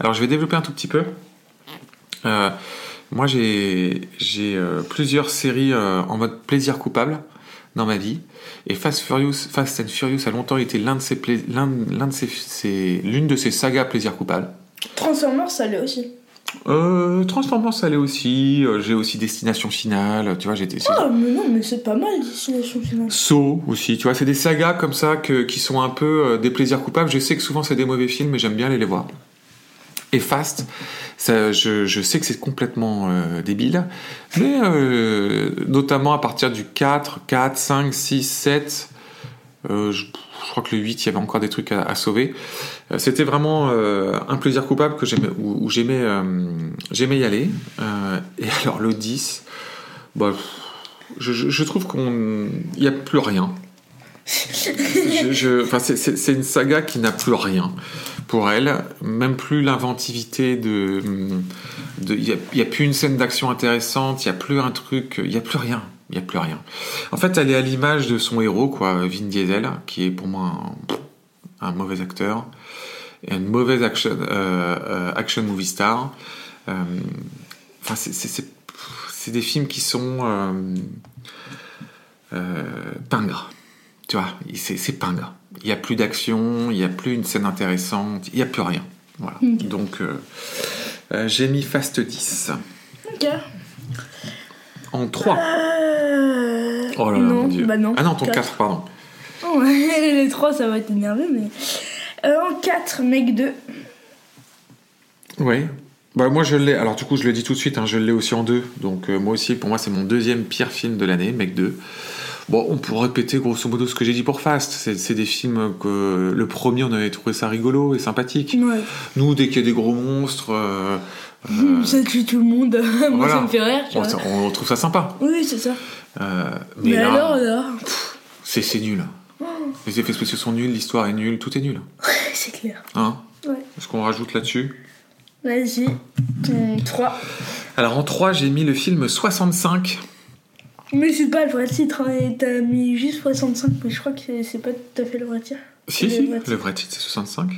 S1: Alors, je vais développer un tout petit peu. Euh, moi, j'ai j'ai, euh, plusieurs séries euh, en mode plaisir coupable dans ma vie, et Fast, Furious, Fast and Furious a longtemps été l'un de ces plais- l'un l'un de ces- ces- l'une de ces sagas plaisir coupable.
S2: Transformers, ça l'est aussi.
S1: Euh, Transformers, ça allait aussi. euh, J'ai aussi Destination Finale. Tu vois, j'étais. c'est-
S2: Ah, mais non, mais c'est pas mal, Destination Finale.
S1: Saw aussi. Tu vois, c'est des sagas comme ça que, qui sont un peu euh, des plaisirs coupables. Je sais que souvent c'est des mauvais films, mais j'aime bien aller les voir. Et Fast, ça, je, je sais que c'est complètement euh, débile, mais euh, notamment à partir du 4, 4, 5, 6, 7, euh, je, je crois que le 8, il y avait encore des trucs à, à sauver. Euh, C'était vraiment euh, un plaisir coupable que j'aimais, où, où j'aimais, euh, j'aimais y aller. Euh, et alors le 10, bah, pff, je, je- je trouve qu'on il n'y a plus rien. Je- je- enfin, c'est- c'est c'est une saga qui n'a plus rien pour elle, même plus l'inventivité de. de- Il n'y a, il y a plus une scène d'action intéressante, il n'y a plus un truc, il n'y a plus rien. Il y a plus rien. En fait, elle est à l'image de son héros, quoi, Vin Diesel, qui est pour moi un, un mauvais acteur, et une mauvaise action, euh, euh, action movie star. Euh, Enfin, c'est- c'est- c'est c'est des films qui sont euh, euh, pingres. Tu vois, il- c'est c'est pingre. Il n'y a plus d'action, il n'y a plus une scène intéressante, il n'y a plus rien. Voilà.
S2: Ok.
S1: Donc, euh, euh, j'ai mis Fast 10
S2: Ok.
S1: en 3.
S2: Euh...
S1: Oh là là,
S2: Ah, non,
S1: mon Dieu.
S2: bah non.
S1: Ah non, ton 4,
S2: Quatre.
S1: pardon.
S2: Oh, les trois, ça va t'énerver, mais. Euh, en 4, mec 2.
S1: Oui. Bah, moi, je l'ai. Alors, du coup, je le dis tout de suite, hein, je l'ai aussi en deux. Donc, euh, moi aussi, pour moi, c'est mon deuxième pire film de l'année, Mec 2. Bon, on pourrait répéter grosso modo ce que j'ai dit pour Fast. C'est c'est des films que le premier, on avait trouvé ça rigolo et sympathique.
S2: Ouais.
S1: Nous, dès qu'il y a des gros monstres, euh, euh,
S2: Ça tue tout le monde. Moi,
S1: Voilà.
S2: ça me fait rire, tu
S1: on,
S2: vois.
S1: on trouve ça sympa.
S2: Oui, c'est ça.
S1: Euh, mais
S2: Mais,
S1: là,
S2: alors, là,
S1: c'est c'est nul. Les effets spéciaux sont nuls, l'histoire est nulle, tout est nul.
S2: c'est clair.
S1: Hein
S2: Ouais.
S1: Est-ce qu'on rajoute là-dessus
S2: Vas-y, ton 3.
S1: Alors, en 3, j'ai mis le film 65.
S2: Mais c'est pas le vrai titre, hein. t'as mis juste 65, mais je crois que c'est- c'est pas tout à fait le vrai titre.
S1: Si,
S2: Le
S1: si,
S2: vrai
S1: le vrai titre c'est 65.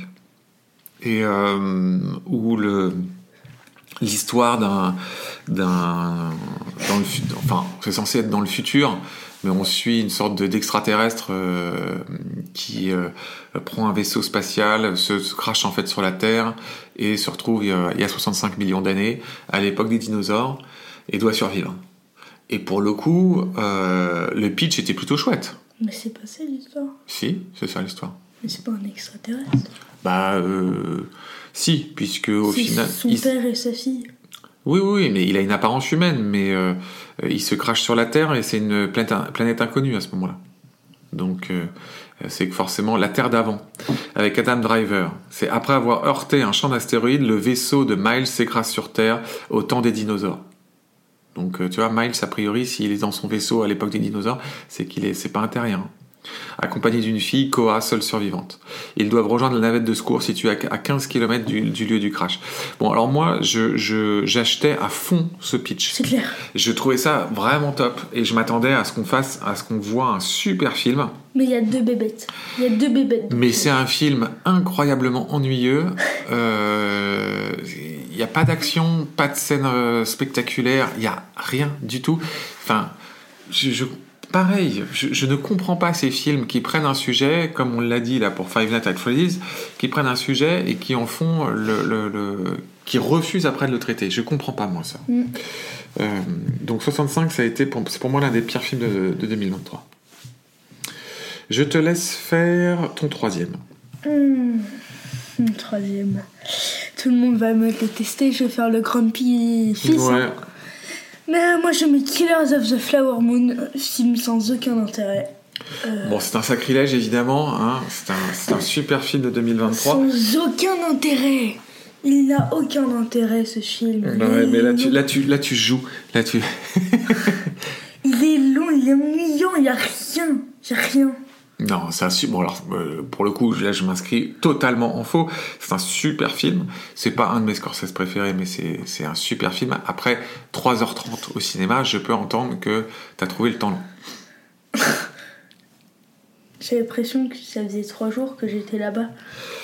S1: Et euh, où le l'histoire d'un d'un dans le fut- enfin c'est censé être dans le futur mais on suit une sorte de d'extraterrestre euh, qui euh, prend un vaisseau spatial se, se crache en fait sur la terre et se retrouve il y a, il y a 65 millions d'années à l'époque des dinosaures et doit survivre et pour le coup euh, le pitch était plutôt chouette
S2: Mais c'est pas ça l'histoire.
S1: Si, c'est ça l'histoire.
S2: Mais c'est pas un extraterrestre.
S1: Bah, euh, si, puisque au
S2: c'est
S1: final.
S2: son
S1: il-
S2: père et sa fille.
S1: Oui, oui, oui, mais il a une apparence humaine, mais euh, euh, il se crache sur la Terre et c'est une planète, planète inconnue à ce moment-là. Donc, euh, c'est que forcément la Terre d'avant, avec Adam Driver. C'est après avoir heurté un champ d'astéroïdes, le vaisseau de Miles s'écrase sur Terre au temps des dinosaures. Donc, euh, tu vois, Miles, a priori, s'il est dans son vaisseau à l'époque des dinosaures, c'est qu'il est, c'est pas un terrien. Accompagné d'une fille, Koa, seule survivante. Ils doivent rejoindre la navette de secours située à à 15 km du, du lieu du crash. Bon, alors moi, je- je- j'achetais à fond ce pitch
S2: C'est clair.
S1: je trouvais ça vraiment top et je m'attendais à ce qu'on fasse, à ce qu'on voit un super film.
S2: Mais il y a deux bébêtes. Il y a deux bébêtes.
S1: Mais c'est un film incroyablement ennuyeux. Euh, Il n'y a pas d'action, pas de scène euh, spectaculaire, il n'y a rien du tout. Enfin, je, je- pareil, je, je ne comprends pas ces films qui prennent un sujet, comme on l'a dit là pour Five Nights at Freddy's, qui prennent un sujet et qui en font le, le- le- qui refusent après de le traiter. Je comprends pas moi ça.
S2: Mm.
S1: Euh, donc 65, ça a été pour, c'est pour moi l'un des pires films de, de 2023. Je te laisse faire ton troisième.
S2: Hmm. Hmm, Troisième. Tout le monde va me détester. Je vais faire le grumpy fils. hein.
S1: Ouais.
S2: Mais euh, moi je mets Killers of the Flower Moon, euh, film sans aucun intérêt. Euh,
S1: Bon, c'est un sacrilège évidemment. hein. C'est un, c'est un super film de 2023.
S2: sans aucun intérêt Il n'a aucun intérêt ce film.
S1: Ouais,
S2: Il est
S1: mais là tu,
S2: long.
S1: là, tu, là tu joues. Là tu.
S2: Il est long, il est ennuyant, il n'y a rien. Il n'y a rien.
S1: Non, c'est un super. Bon, alors, euh, pour le coup, là, je m'inscris totalement en faux. C'est un super film. C'est pas un de mes Scorsese préférés, mais c'est c'est un super film. Après 3h30 au cinéma, je peux entendre que t'as trouvé le temps long.
S2: J'ai l'impression que ça faisait trois jours que j'étais là-bas.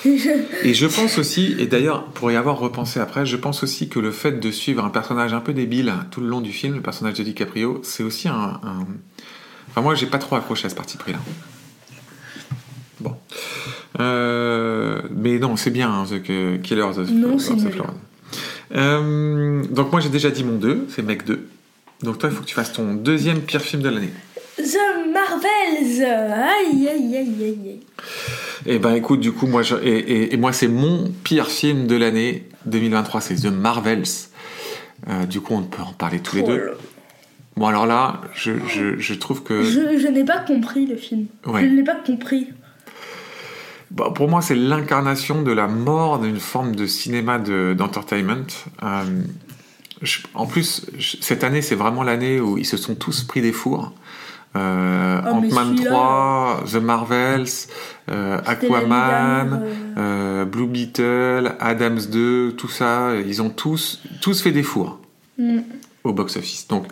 S2: Je-
S1: Et je pense aussi, et d'ailleurs, pour y avoir repensé après, je pense aussi que le fait de suivre un personnage un peu débile tout le long du film, le personnage de DiCaprio, c'est aussi un. un- Enfin, moi, j'ai pas trop accroché à ce parti pris-là. Bon. Euh, mais non, c'est bien, hein, The K- Killers of,
S2: Non,
S1: of
S2: c'est
S1: the
S2: nul.
S1: Flower Moon. Euh, donc, moi, j'ai déjà dit mon 2, c'est Mec 2. Donc, toi, il faut que tu fasses ton deuxième pire film de l'année.
S2: The Marvels Aïe, aïe, aïe, aïe, aïe.
S1: Eh ben écoute, du coup, moi, je- et, et- et moi c'est mon pire film de l'année 2023, c'est The Marvels. Euh, du coup, on peut en parler tous les
S2: Oh
S1: deux.
S2: là.
S1: Bon, alors là, je, je- je trouve que.
S2: Je, je n'ai pas compris le film.
S1: euh, Ouais.
S2: Je ne l'ai pas compris.
S1: Bah, pour moi, c'est l'incarnation de la mort d'une forme de cinéma de- d'entertainment. Euh, je- en plus, je- cette année, c'est vraiment l'année où ils se sont tous pris des fours. Euh,
S2: Ah, mais
S1: Ant-Man
S2: celui-là-
S1: 3, The Marvels, euh,
S2: C'était l'année
S1: Aquaman.
S2: dernière, euh,
S1: Euh, Blue Beetle, Adams 2, tout ça, ils ont tous, tous fait des fours
S2: hmm.
S1: au box-office. Donc,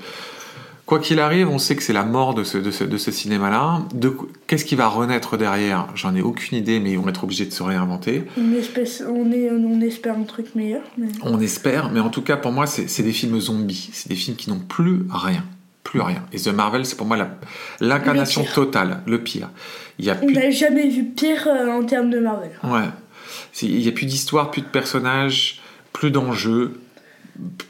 S1: quoi qu'il arrive, on sait que c'est la mort de ce, de ce- de ce cinéma-là. De qu- Qu'est-ce qui va renaître derrière J'en ai aucune idée, mais ils vont être obligés de se réinventer.
S2: On, espèce- on, est, on espère un truc meilleur. Mais...
S1: On espère, mais en tout cas, pour moi, c'est c'est des films zombies. C'est des films qui n'ont plus rien. Plus rien. Et The Marvel, c'est pour moi la- l'incarnation
S2: Le pire.
S1: totale, le pire. Il y a
S2: On
S1: plus
S2: n'a jamais vu pire euh, en termes de Marvel.
S1: Ouais. C'est- Il n'y a plus d'histoire, plus de personnages, plus d'enjeux,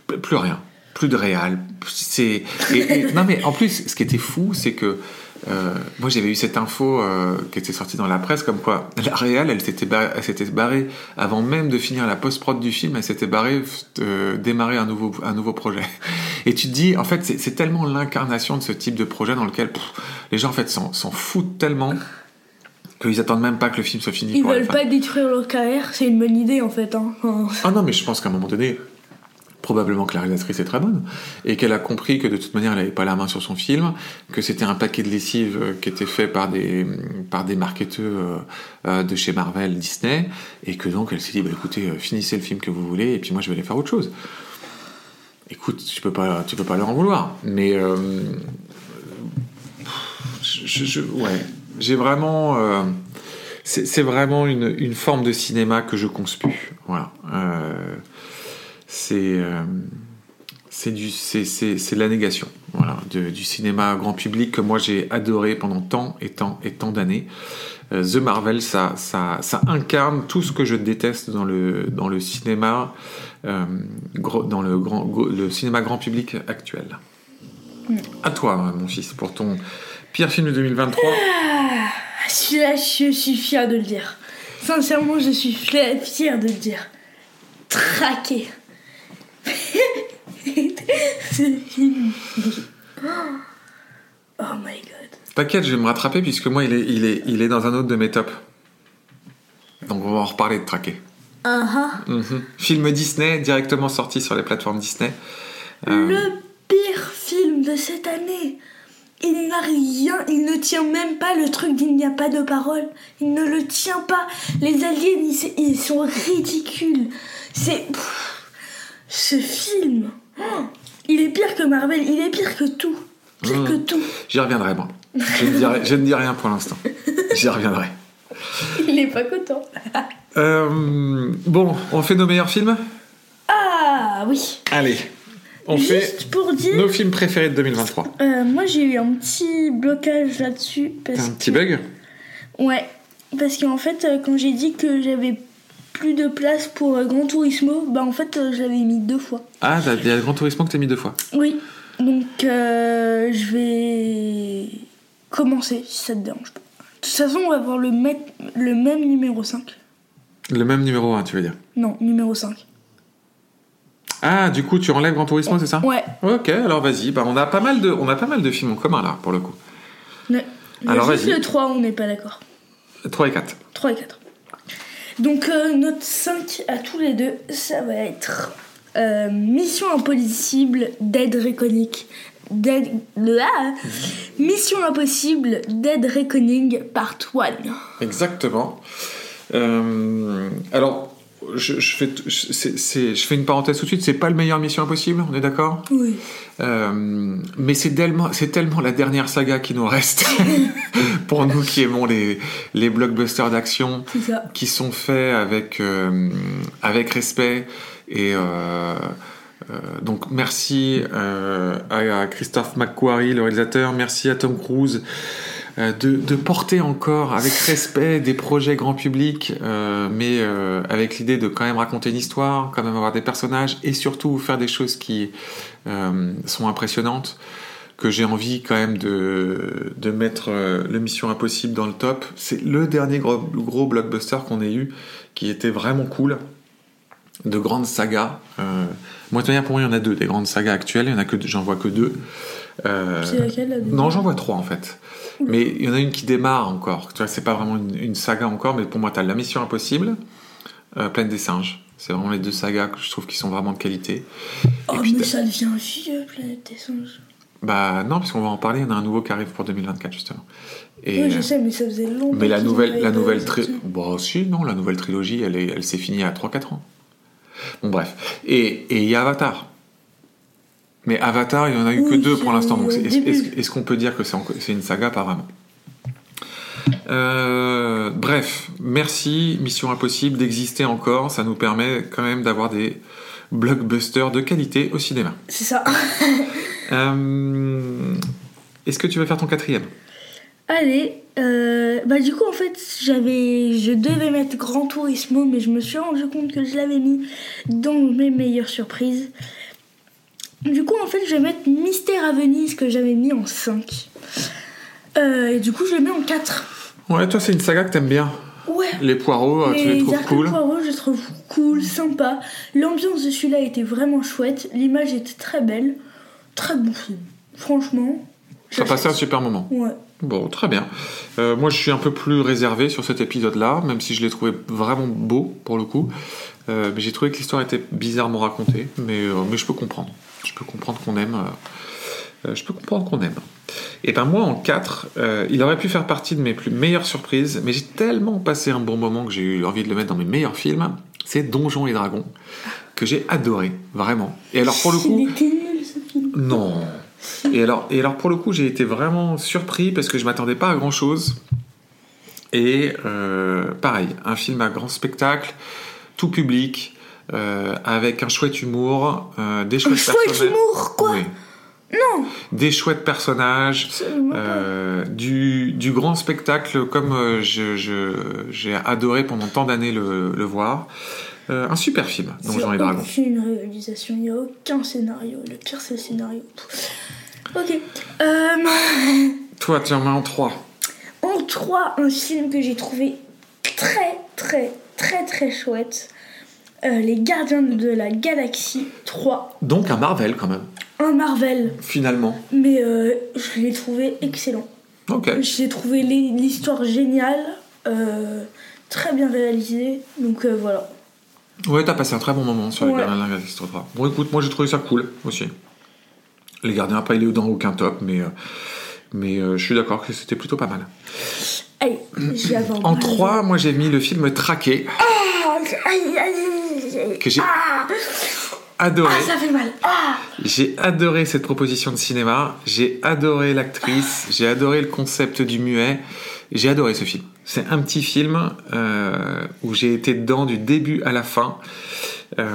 S1: p- plus rien. Plus de réel. C'est... et- et- non, mais en plus, ce qui était fou, c'est que. euh, moi, j'avais eu cette info euh, qui était sortie dans la presse, comme quoi la réal, elle s'était barrée, elle s'était barrée avant même de finir la post-prod du film, elle s'était barrée euh, démarrer un nouveau un nouveau projet. Et tu te dis, en fait, c'est c'est tellement l'incarnation de ce type de projet dans lequel pff, les gens en fait s'en s'en foutent tellement qu'ils attendent même pas que le film soit fini.
S2: Ils
S1: pour aller
S2: veulent
S1: faire.
S2: pas détruire leur carrière, c'est une bonne idée en fait. Hein. Enfin,
S1: Ah non, mais je pense qu'à un moment donné, probablement que la réalisatrice est très bonne et qu'elle a compris que de toute manière, elle n'avait pas la main sur son film, que c'était un paquet de lessive euh, qui était fait par des, par des marketeurs euh, euh, de chez Marvel, Disney, et que donc elle s'est dit, bah, écoutez, euh, finissez le film que vous voulez et puis moi, je vais aller faire autre chose. Écoute, tu peux pas, tu peux pas leur en vouloir, mais euh, je, je- je- ouais, j'ai vraiment. euh, c'est c'est vraiment une, une forme de cinéma que je conspue. Voilà. Euh, c'est euh, c'est du- c'est- c'est- c'est de la négation voilà, de- du cinéma grand public que moi j'ai adoré pendant tant et tant et tant d'années. Euh, The Marvel, ça, ça, ça incarne tout ce que je déteste dans le, dans le cinéma. euh, gro- dans le, grand, go- le cinéma grand public actuel. À toi, mon fils, pour ton Pire film de 2023.
S2: Celui-là, je suis fière de le dire. Sincèrement, je suis fla- fière de le dire. Traqué. Ce film. Oh my god.
S1: T'inquiète, je vais me rattraper puisque moi, il est, il est, il est dans un autre de mes tops. Donc on va en reparler de traquer.
S2: Ah ah.
S1: Mhm. Film Disney, directement sorti sur les plateformes Disney. Euh,
S2: Le pire film de cette année. Il n'a rien, il ne tient même pas le truc d'il n'y a pas de parole. Il ne le tient pas. Les aliens, ils, s- ils sont ridicules. C'est. pff, Ce film. oh, il est pire que Marvel, il est pire que tout. Pire
S1: Mmh.
S2: que tout.
S1: J'y reviendrai, moi. Je ne, dirai, je ne dis rien pour l'instant. J'y reviendrai.
S2: Il n'est pas content.
S1: Euh, bon, on fait nos meilleurs films
S2: Ah oui.
S1: Allez, on fait
S2: Juste pour dire.
S1: nos films préférés de 2023.
S2: euh, moi j'ai eu un petit blocage là-dessus. Parce
S1: T'as un petit bug
S2: Ouais, parce qu'en fait, euh, quand j'ai dit que j'avais plus de place pour euh, Grand Turismo, bah en fait, euh, je l'avais mis deux fois.
S1: Ah, t'as- il y a le Grand Tourisme que t'as mis deux fois.
S2: Oui, donc euh, je vais commencer si ça te dérange pas. De toute façon, on va avoir le, mec- le même numéro 5.
S1: Le même numéro 1, tu veux dire.
S2: Non, numéro 5.
S1: Ah, du coup, tu enlèves Grand Tourisme, c'est ça
S2: Ouais.
S1: Ok, alors vas-y. Bah, on, a pas mal de, on a pas mal de films en commun, là, pour le coup.
S2: ouais.
S1: Alors,
S2: Juste
S1: vas-y.
S2: le 3, on n'est pas d'accord.
S1: 3 et 4.
S2: 3 et 4. Donc euh, notre 5 à tous les deux, ça va être euh, Mission Impossible Dead Reckoning. Dead... le- ah Mission Impossible Dead Reckoning Part 1.
S1: Exactement. Euh, alors, je, je fais, t- je- c'est- c'est- je fais une parenthèse tout de suite. C'est pas le meilleur Mission Impossible, on est d'accord
S2: Oui.
S1: Euh, mais c'est tellement, c'est tellement la dernière saga qui nous reste pour nous qui aimons les, les blockbusters d'action
S2: C'est ça.
S1: qui sont faits avec, euh, avec respect. Et euh, euh, donc merci euh, à, à Christophe McQuarrie, le réalisateur, merci à Tom Cruise euh, de, de porter encore avec respect des projets grand public, euh, mais euh, avec l'idée de quand même raconter une histoire, quand même avoir des personnages et surtout faire des choses qui euh, sont impressionnantes que j'ai envie quand même de, de mettre euh, le Mission Impossible dans le top. C'est le dernier gros, gros blockbuster qu'on ait eu qui était vraiment cool. De grandes sagas. Euh, moi, de toute manière, pour moi, il y en a deux, des grandes sagas actuelles. Il y en a que, j'en vois que deux. Euh,
S2: C'est laquelle la deuxième
S1: non, j'en vois trois en fait. Mais il y en a une qui démarre encore. Tu vois, c'est pas vraiment une, une saga encore, mais pour moi, t'as La Mission Impossible, euh, Plaine des Singes. C'est vraiment les deux sagas que je trouve qui sont vraiment de qualité.
S2: Oh,
S1: Et puis
S2: mais
S1: t'as-
S2: ça devient vieux, Planète des Singes.
S1: Bah non, parce qu'on va en parler, il y en a un nouveau qui arrive pour 2024 justement. Et, euh,
S2: Oui, je sais, mais ça faisait longtemps.
S1: mais la
S2: qu'ils
S1: nouvelle,
S2: avaient
S1: la
S2: pas
S1: nouvelle
S2: sorti.
S1: trilogie. Bon, si, non, la nouvelle trilogie, elle, est- elle s'est finie à 3-4 ans. Bon, bref. Et et il y a Avatar. Mais Avatar, il n'y en a eu que
S2: Oui,
S1: deux
S2: c'est
S1: pour l'instant. Donc,
S2: au
S1: c'est- est-ce
S2: début.
S1: est-ce- est-ce qu'on peut dire que c'est enco- c'est une saga Pas vraiment. Euh, bref, merci Mission Impossible d'exister encore. Ça nous permet quand même d'avoir des blockbusters de qualité au cinéma.
S2: C'est ça.
S1: Euh, Est-ce que tu veux faire ton quatrième
S2: Allez, euh, bah du coup en fait j'avais, je devais mettre Grand Turismo mais je me suis rendu compte que je l'avais mis dans mes meilleures surprises. Du coup en fait je vais mettre Mystère à Venise que j'avais mis en 5. Euh, et du coup je le mets en 4.
S1: Ouais, toi, c'est une saga que t'aimes bien.
S2: Ouais.
S1: Les poireaux, euh, tu les trouves
S2: Hercule
S1: cool.
S2: Poirot, je les trouve cool, sympa. L'ambiance de celui-là était vraiment chouette. L'image était très belle. Très bon film. Franchement.
S1: Ça passait un super moment.
S2: Ouais.
S1: Bon, très bien. Euh, moi, je suis un peu plus réservé sur cet épisode-là, même si je l'ai trouvé vraiment beau pour le coup. Euh, mais j'ai trouvé que l'histoire était bizarrement racontée, mais, euh, mais je peux comprendre. Je peux comprendre qu'on aime. euh, euh, je peux comprendre qu'on aime. Et ben moi, en 4, il aurait pu faire partie de mes plus meilleures surprises, mais j'ai tellement passé un bon moment que j'ai eu envie de le mettre dans mes meilleurs films. C'est Donjons et Dragons, que j'ai adoré, vraiment. Et alors, pour le coup.
S2: Il était nul ce film.
S1: Non. Et alors, et alors pour le coup, j'ai été vraiment surpris parce que je m'attendais pas à grand chose. Et euh, pareil, un film à grand spectacle, tout public, euh, avec un chouette humour, euh, des
S2: Un
S1: chouettes
S2: chouette
S1: personnages.
S2: humour, quoi
S1: Oui. Des chouettes personnages,
S2: Absolument pas.
S1: euh, du, du grand spectacle comme euh, je- je- j'ai adoré pendant tant d'années le, le voir. Euh, un super film, Donjons et Dragons.
S2: C'est aucune réalisation, il n'y a aucun scénario. Le pire, c'est le scénario. Pff. Ok. Euh,
S1: Toi, tu en mets en 3.
S2: En 3, un film que j'ai trouvé très, très, très, très chouette. Euh, les Gardiens de la Galaxie 3.
S1: Donc un Marvel quand même,
S2: Un Marvel.
S1: finalement.
S2: Mais euh, je l'ai trouvé excellent.
S1: Ok.
S2: J'ai trouvé l'hi- l'histoire géniale. euh, très bien réalisée. Donc euh, voilà.
S1: Ouais, t'as passé un très bon moment sur les
S2: Ouais.
S1: Gardiens de la Galaxie 3. Bon, écoute, moi j'ai trouvé ça cool aussi. Les Gardiens, après, il est dans aucun top, mais, euh, mais euh, je suis d'accord que c'était plutôt pas mal.
S2: Allez, je vais avant.
S1: En 3, moi j'ai mis le film Traqué,
S2: Ah, aïe, aïe, aïe, aïe.
S1: que j'ai
S2: Ah,
S1: adoré.
S2: ah, ça fait mal. Ah,
S1: J'ai adoré cette proposition de cinéma, j'ai adoré l'actrice, j'ai adoré le concept du muet, j'ai adoré ce film. C'est un petit film euh, où j'ai été dedans du début à la fin. Euh,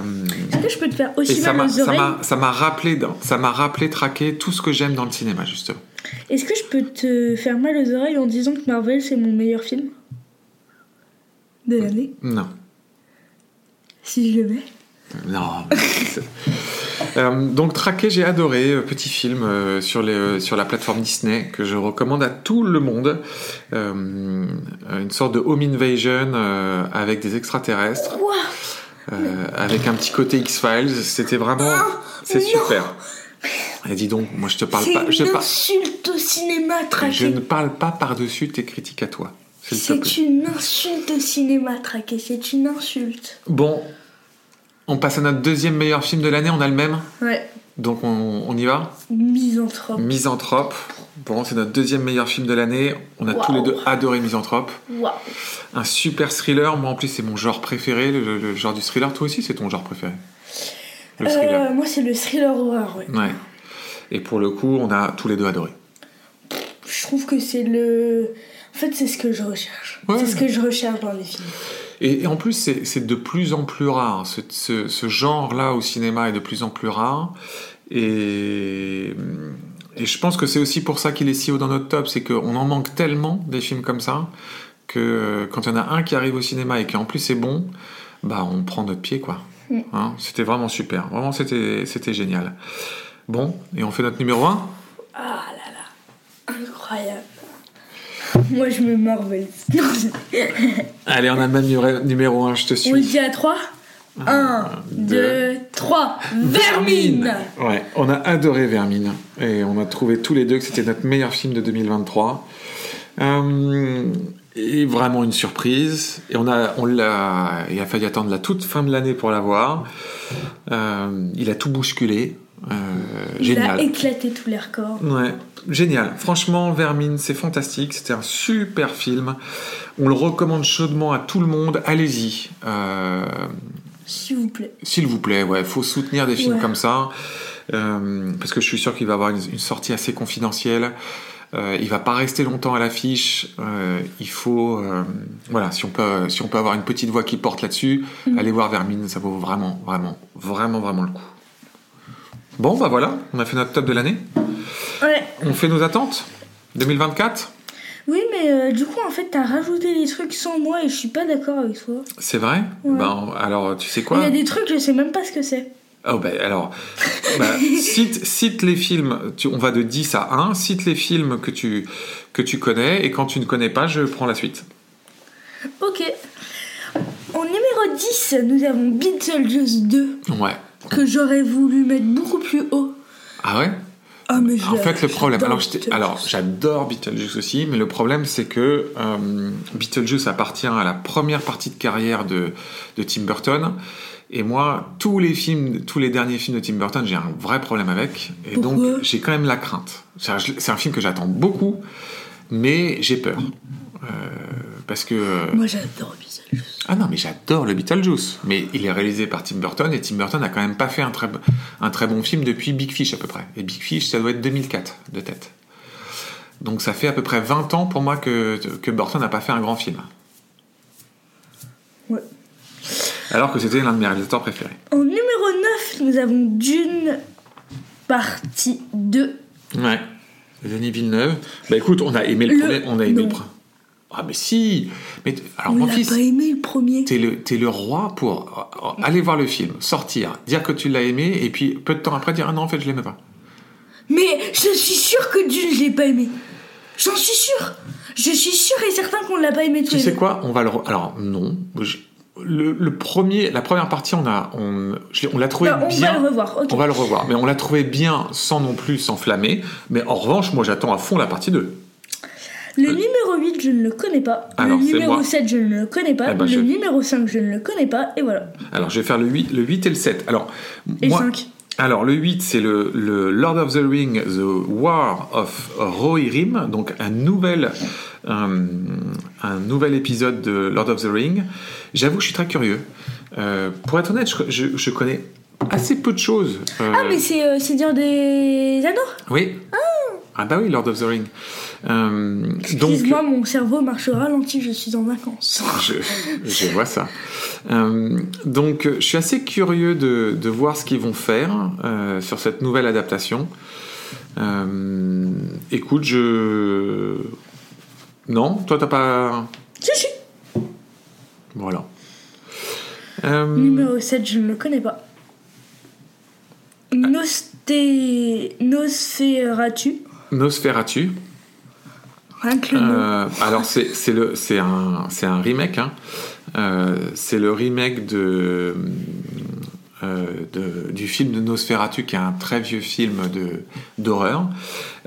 S2: est-ce que je peux te faire
S1: et
S2: aussi
S1: ça
S2: mal
S1: m'a
S2: aux
S1: ça
S2: oreilles
S1: m'a- ça m'a rappelé, dans- ça m'a rappelé traquer tout ce que j'aime dans le cinéma justement.
S2: Est-ce que je peux te faire mal aux oreilles en disant que Marvel c'est mon meilleur film de l'année
S1: Non,
S2: Si je le mets.
S1: non. mais c'est- Euh, donc traqué, j'ai adoré euh, petit film euh, sur, les, euh, sur la plateforme Disney que je recommande à tout le monde. Euh, une sorte de home invasion euh, avec des extraterrestres.
S2: Quoi
S1: Euh, avec un petit côté X-Files, c'était vraiment. C'est
S2: non.
S1: super. Et dis donc, moi je te parle
S2: Ah, C'est
S1: pas. Je,
S2: une
S1: par-
S2: insulte au cinéma
S1: je
S2: traqué.
S1: ne parle pas par-dessus tes critiques à toi. s'il te plaît.
S2: C'est une insulte au cinéma traqué, c'est une insulte.
S1: Bon, on passe à notre deuxième meilleur film de l'année, on a le même.
S2: Ouais,
S1: Donc on, on y va
S2: misanthrope.
S1: Mm. Misanthrope. Bon, c'est notre deuxième meilleur film de l'année. On a tous les
S2: Waouh.
S1: deux adoré Misanthrope.
S2: Waouh.
S1: Un super thriller. Moi en plus, c'est mon genre préféré, le, le- le genre du thriller. Toi aussi, c'est ton genre préféré Le thriller. Mm.
S2: Euh, moi c'est le thriller horreur, ouais.
S1: Ouais. Et pour le coup, on a tous les deux adoré.
S2: Je trouve que c'est le. En fait, c'est ce que je recherche.
S1: Ouais.
S2: C'est ce que je recherche dans les films.
S1: Et, et en plus, c'est c'est de plus en plus rare. Ce, ce- ce genre-là au cinéma est de plus en plus rare. Et, et je pense que c'est aussi pour ça qu'il est si haut dans notre top. C'est qu'on en manque tellement des films comme ça que euh, quand il y en a un qui arrive au cinéma et qui en plus est bon, bah on prend notre pied, quoi.
S2: Mm.
S1: Hein, c'était vraiment super. Vraiment, c'était c'était génial. Bon, et on fait notre numéro 1
S2: Ah là là, incroyable. Moi je me marvel.
S1: Allez, on a le même numé- numéro 1, je te
S2: On le
S1: suis.
S2: dit à 3 1,
S1: deux,
S2: 2, 3. Vermine
S1: Ouais, on a adoré Vermine. Et on a trouvé tous les deux que c'était notre meilleur film de 2023. Euh, et vraiment une surprise. Et on a, on l'a, il a fallu attendre la toute fin de l'année pour la voir. Euh, il a tout bousculé. Euh,
S2: Il a
S1: génial.
S2: éclaté tous les records.
S1: Ouais, génial. Franchement, Vermine, c'est fantastique. C'était un super film. On le recommande chaudement à tout le monde. Allez-y. Euh,
S2: S'il vous plaît.
S1: s'il vous plaît, ouais, faut soutenir des films
S2: Ouais.
S1: comme ça, euh, parce que je suis sûr qu'il va avoir une, une sortie assez confidentielle. Euh, il va pas rester longtemps à l'affiche. Euh, il faut, euh, voilà, si on peut, si on peut avoir une petite voix qui porte là-dessus,
S2: Mm.
S1: allez voir Vermine, ça vaut vraiment, vraiment, vraiment, vraiment le coup. Bon, bah voilà, on a fait notre top de l'année.
S2: Ouais.
S1: On fait nos attentes 2024.
S2: Oui, mais euh, du coup, en fait, t'as rajouté des trucs sans moi et je suis pas d'accord avec toi.
S1: C'est vrai.
S2: Ouais.
S1: Ben, alors, tu sais
S2: Il
S1: quoi
S2: y a des trucs, je sais même pas ce que c'est.
S1: Oh ben alors, bah, cite, cite les films, tu, on va de 10 à 1, cite les films que tu, que tu connais, et quand tu ne connais pas, je prends la suite.
S2: Ok. En numéro 10, nous avons Beetlejuice 2,
S1: Ouais.
S2: que j'aurais voulu mettre beaucoup plus haut.
S1: Ah ouais
S2: Ah, mais
S1: En
S2: je-
S1: fait, le problème,
S2: j'adore
S1: alors, je t'ai-
S2: Beetlejuice.
S1: alors j'adore Beetlejuice aussi, mais le problème c'est que euh, Beetlejuice appartient à la première partie de carrière de, de Tim Burton, et moi, tous les films, tous les derniers films de Tim Burton, j'ai un vrai problème avec, et donc
S2: Pourquoi
S1: j'ai quand même la crainte. C'est un- C'est un film que j'attends beaucoup, mais j'ai peur. Euh, parce que. euh,
S2: Moi, j'adore Beetlejuice.
S1: Ah non, mais j'adore le Beetlejuice. Mais il est réalisé par Tim Burton et Tim Burton n'a quand même pas fait un très, b- un très bon film depuis Big Fish à peu près. Et Big Fish, ça doit être 2004 de tête. Donc ça fait à peu près 20 ans pour moi que, que Burton n'a pas fait un grand film.
S2: Ouais.
S1: Alors que c'était l'un de mes réalisateurs préférés.
S2: En numéro 9, nous avons Dune, partie 2.
S1: Ouais. Denis Villeneuve. Bah écoute, on a aimé le,
S2: Le-
S1: premier, on a aimé
S2: non.
S1: le pre- Ah mais si Mais t- alors
S2: On
S1: mon
S2: l'a
S1: fils,
S2: pas aimé le premier.
S1: T'es le, t'es le roi pour euh, euh, aller voir le film, sortir, dire que tu l'as aimé, et puis peu de temps après dire Ah non, en fait, je l'aimais pas.
S2: Mais je suis sûre que Dune, je l'ai pas aimé. J'en suis sûre Je suis sûre et certain qu'on l'a pas aimé tous
S1: Tu
S2: les
S1: sais
S2: deux.
S1: quoi On va le. re- Alors, non. Je- Le, le premier, la première partie, on a, on, je l'ai- on l'a trouvé
S2: Bah, on
S1: bien.
S2: va le revoir, ok.
S1: On va le revoir, mais on l'a trouvé bien sans non plus s'enflammer. Mais en revanche, moi j'attends à fond la partie 2.
S2: Le numéro 8, je ne le connais pas.
S1: Euh, Alors,
S2: le
S1: c'est
S2: numéro
S1: moi.
S2: 7, je ne le connais pas.
S1: Eh ben,
S2: le
S1: je-
S2: numéro 5, je ne le connais pas. Et voilà.
S1: Alors je vais faire le 8, le 8 et le 7. Alors,
S2: Et
S1: moi,
S2: 5.
S1: Alors, le 8, c'est le, le Lord of the Ring, The War of Rohirrim, donc un nouvel, un, un nouvel épisode de Lord of the Ring. J'avoue que je suis très curieux. Euh, pour être honnête, je, je- je connais assez peu de choses. euh,
S2: Ah, mais c'est euh, c'est dire des anneaux
S1: Oui. Ah bah oui, Lord of the Ring. Euh, donc,
S2: Excuse-moi, mon cerveau marche au ralenti, je suis en vacances.
S1: je, je vois ça. Euh, donc, je suis assez curieux de, de voir ce qu'ils vont faire euh, sur cette nouvelle adaptation. Euh, écoute, je. Non, toi, t'as pas.
S2: Si, si.
S1: Voilà. Euh,
S2: Numéro 7, je ne le connais pas. Nosté... Nosferatu.
S1: Nosferatu.
S2: Rien que le nom.
S1: Euh, alors, c'est c'est le- c'est un, c'est un remake. hein. Euh, c'est le remake de, euh, de- du film de Nosferatu, qui est un très vieux film de- d'horreur,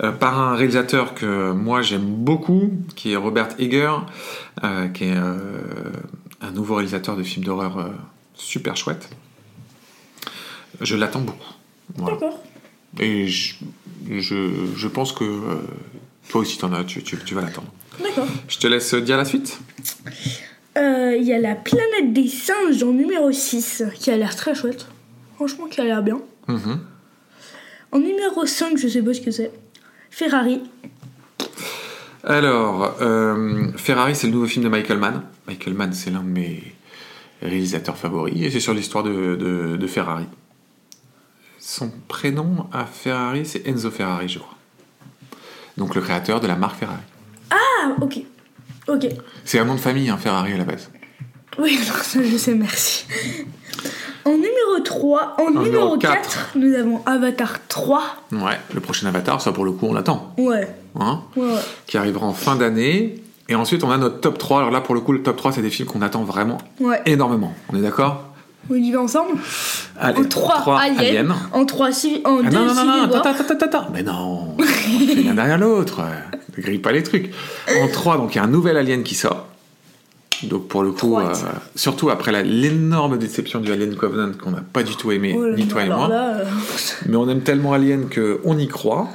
S1: euh, par un réalisateur que moi j'aime beaucoup, qui est Robert Eger, euh, qui est euh, un nouveau réalisateur de films d'horreur euh, super chouette. Je l'attends beaucoup. Voilà.
S2: D'accord.
S1: Et je, je, je pense que euh, toi aussi, t'en as, tu, tu, tu vas l'attendre.
S2: D'accord.
S1: Je te laisse dire la suite.
S2: Euh, Il y a la planète des singes en numéro 6, qui a l'air très chouette. Franchement, qui a l'air bien.
S1: Mhm.
S2: En numéro 5, je sais pas ce que c'est. Ferrari.
S1: Alors, euh, Ferrari, c'est le nouveau film de Michael Mann. Michael Mann, c'est l'un de mes réalisateurs favoris et c'est sur l'histoire de, de- de Ferrari. Son prénom à Ferrari, c'est Enzo Ferrari, je crois. Donc le créateur de la marque Ferrari.
S2: Ah, ok. Ok.
S1: C'est un nom de famille, hein, Ferrari à la base.
S2: Oui, alors ça, je sais, merci. En numéro 3, en,
S1: numéro
S2: numéro,
S1: quatre.
S2: 4, nous avons Avatar 3.
S1: Ouais, le prochain Avatar, ça pour le coup, on l'attend.
S2: Ouais,
S1: hein.
S2: ouais, ouais.
S1: qui arrivera en fin d'année. Et ensuite, on a notre top 3. Alors là, pour le coup, le top 3, c'est des films qu'on attend vraiment
S2: Ouais.
S1: énormément. On est d'accord
S2: On y va ensemble
S1: Allez,
S2: En 3,
S1: trois
S2: Alien.
S1: aliens.
S2: En 3, si, en 2,
S1: Ah, non, non, non, non,
S2: Civil War.
S1: attends, attends, attends, attends. Mais non, on fait l'un derrière l'autre. Ne grille pas les trucs. En 3, donc, il y a un nouvel Alien qui sort. Donc, pour le coup,
S2: Trois,
S1: euh,
S2: ça.
S1: surtout après la- l'énorme déception du Alien Covenant qu'on n'a pas du tout aimé,
S2: Oh là
S1: ni
S2: là,
S1: toi et
S2: alors
S1: moi.
S2: là, euh,
S1: Mais on aime tellement Alien qu'on y croit.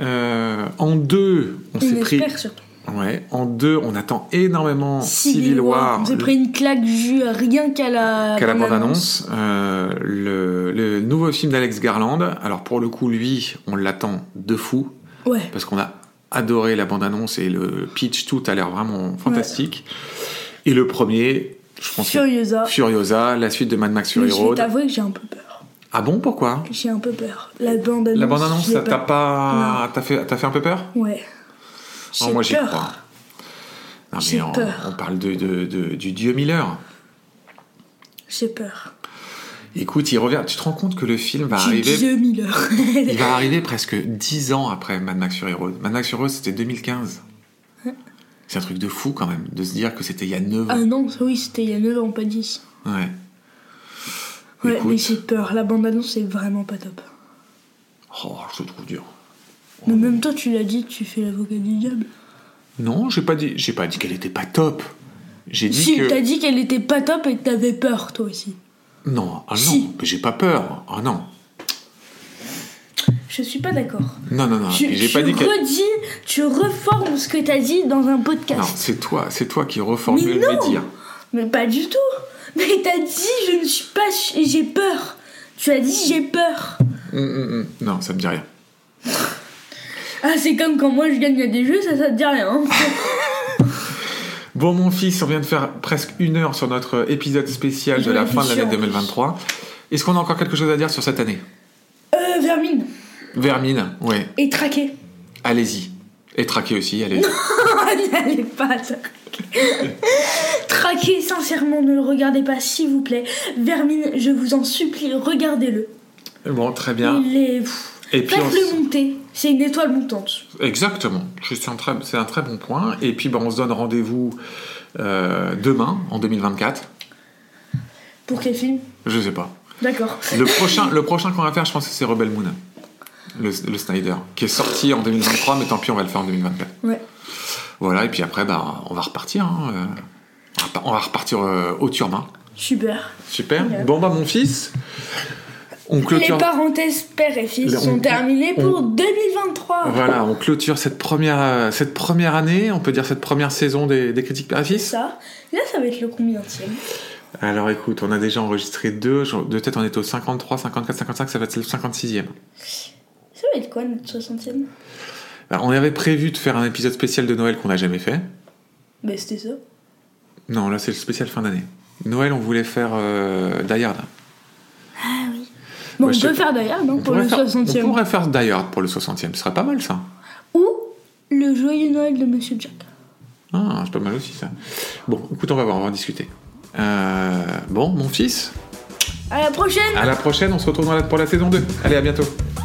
S1: Euh, en 2, on s'est
S2: on
S1: pris
S2: espère surtout.
S1: Ouais, en deux, on attend énormément Civil War,
S2: J'ai pris une claque ju- rien qu'à la,
S1: qu'à la
S2: bande-annonce.
S1: bande-annonce. Euh, le, le nouveau film d'Alex Garland. Alors pour le coup, lui, on l'attend de fou,
S2: Ouais.
S1: parce qu'on a adoré la bande-annonce et le pitch, tout a l'air vraiment fantastique. Et le premier, je pense que
S2: Furiosa.
S1: Furiosa, la suite de Mad Max
S2: Mais
S1: Fury
S2: je vais
S1: Road.
S2: t'avouer que j'ai un peu peur.
S1: Ah bon, pourquoi
S2: J'ai un peu peur. La bande-annonce.
S1: La bande-annonce,
S2: j'ai
S1: ça t'a
S2: peur.
S1: pas... t'as fait, t'as fait un peu peur
S2: Ouais.
S1: Oh,
S2: J'ai
S1: moi j'y
S2: peur.
S1: crois. Non, mais
S2: J'ai
S1: on,
S2: peur.
S1: on parle de, de- de- du dieu Miller.
S2: J'ai peur.
S1: Écoute, il revient. Tu te rends compte que le film va
S2: J'ai
S1: arriver,
S2: 10 Miller.
S1: il va arriver presque 10 ans après Mad Max Fury Road. Mad Max Fury Road, c'était 2015. C'est un truc de fou quand même, de se dire que c'était il y a 9
S2: ah
S1: ans.
S2: non, ça, oui, c'était il y a 9 ans, pas 10.
S1: Ouais.
S2: Ouais,
S1: Écoute.
S2: mais j'ai peur. La bande-annonce c'est vraiment pas top.
S1: Oh, je le trouve dur.
S2: Mais même toi, tu l'as dit, tu fais l'avocat du diable.
S1: Non, j'ai pas dit, j'ai pas dit qu'elle était pas top. J'ai dit
S2: Si,
S1: que
S2: t'as dit qu'elle était pas top et que t'avais peur, toi aussi.
S1: non, ah non,
S2: Si.
S1: mais j'ai pas peur. Ah non,
S2: Je suis pas d'accord.
S1: non, non, non.
S2: tu
S1: Ah, J'ai pas
S2: tu
S1: dit qu'elle-
S2: redis, tu reformes ce que t'as dit dans un
S1: Non,
S2: podcast.
S1: c'est toi, c'est toi qui reformule
S2: Mais
S1: mes
S2: non.
S1: dires.
S2: Mais pas du tout. Mais t'as dit, je ne suis pas. ch- J'ai peur. Tu as dit, j'ai peur.
S1: Hum, hum, hum. Non, ça me dit rien.
S2: Ah, c'est comme quand moi je gagne à des jeux, ça, ça te dit rien. hein.
S1: Bon, mon fils, on vient de faire presque une heure sur notre épisode spécial de
S2: J'en
S1: la
S2: étais
S1: fin de l'année
S2: sûre, en plus.
S1: 2023. Est-ce qu'on a encore quelque chose à dire sur cette année
S2: euh, vermine.
S1: Vermine, ouais,
S2: Et traqué.
S1: allez-y. Et traqué aussi, allez.
S2: Oh, N'allez pas traquer. Traquer, sincèrement, ne le regardez pas, s'il vous plaît. Vermine, je vous en supplie, regardez-le.
S1: bon, très bien.
S2: Il est. pff,
S1: Et puis, on s-
S2: Faites-le monter. C'est une étoile montante.
S1: Exactement. Je suis un très- C'est un très bon point. Et puis, bah, on se donne rendez-vous euh, demain, en 2024.
S2: Pour quel film
S1: Je sais pas.
S2: D'accord.
S1: Le prochain, le prochain qu'on va faire, je pense que c'est Rebel Moon, le, le Snyder, qui est sorti en 2023, mais tant pis, on va le faire en 2024.
S2: Ouais.
S1: Voilà, et puis après, bah, on va repartir. hein, euh, on va pas- on va repartir euh, au Turbin.
S2: Super.
S1: Super.
S2: Ouais.
S1: Bon, bah, mon fils, on
S2: Les
S1: clôture.
S2: parenthèses père et fils
S1: Là, on-
S2: sont terminées pour 2023.
S1: Voilà, on clôture cette première, euh, cette première année, on peut dire cette première saison des, des critiques père et
S2: C'est
S1: fils.
S2: ça. Là, ça va être le combienième
S1: Alors écoute, on a déjà enregistré deux, je- de tête on est au 53, 54, 55, ça va être le 56e.
S2: Ça va être quoi notre 60e
S1: Alors, on avait prévu de faire un épisode spécial de Noël qu'on n'a jamais fait.
S2: Bah, c'était ça.
S1: Non, là c'est le spécial fin d'année. Noël, on voulait faire euh, Die Hard.
S2: Ah oui. Bon,
S1: Bah, je
S2: on
S1: sais
S2: peut
S1: pas.
S2: faire d'ailleurs, non, pour
S1: pourrait
S2: le
S1: faire-
S2: 60e.
S1: on pourrait faire Die Hard pour le 60e, ce serait pas mal ça.
S2: Ou le joyeux Noël de Monsieur Jack.
S1: Ah, c'est pas mal aussi ça. Bon, écoute, on va voir, on va en discuter. Euh, bon, mon fils,
S2: À la prochaine
S1: Ah. à la prochaine, on se retrouve dans la- pour la saison 2. Allez, à bientôt.
S2: Bye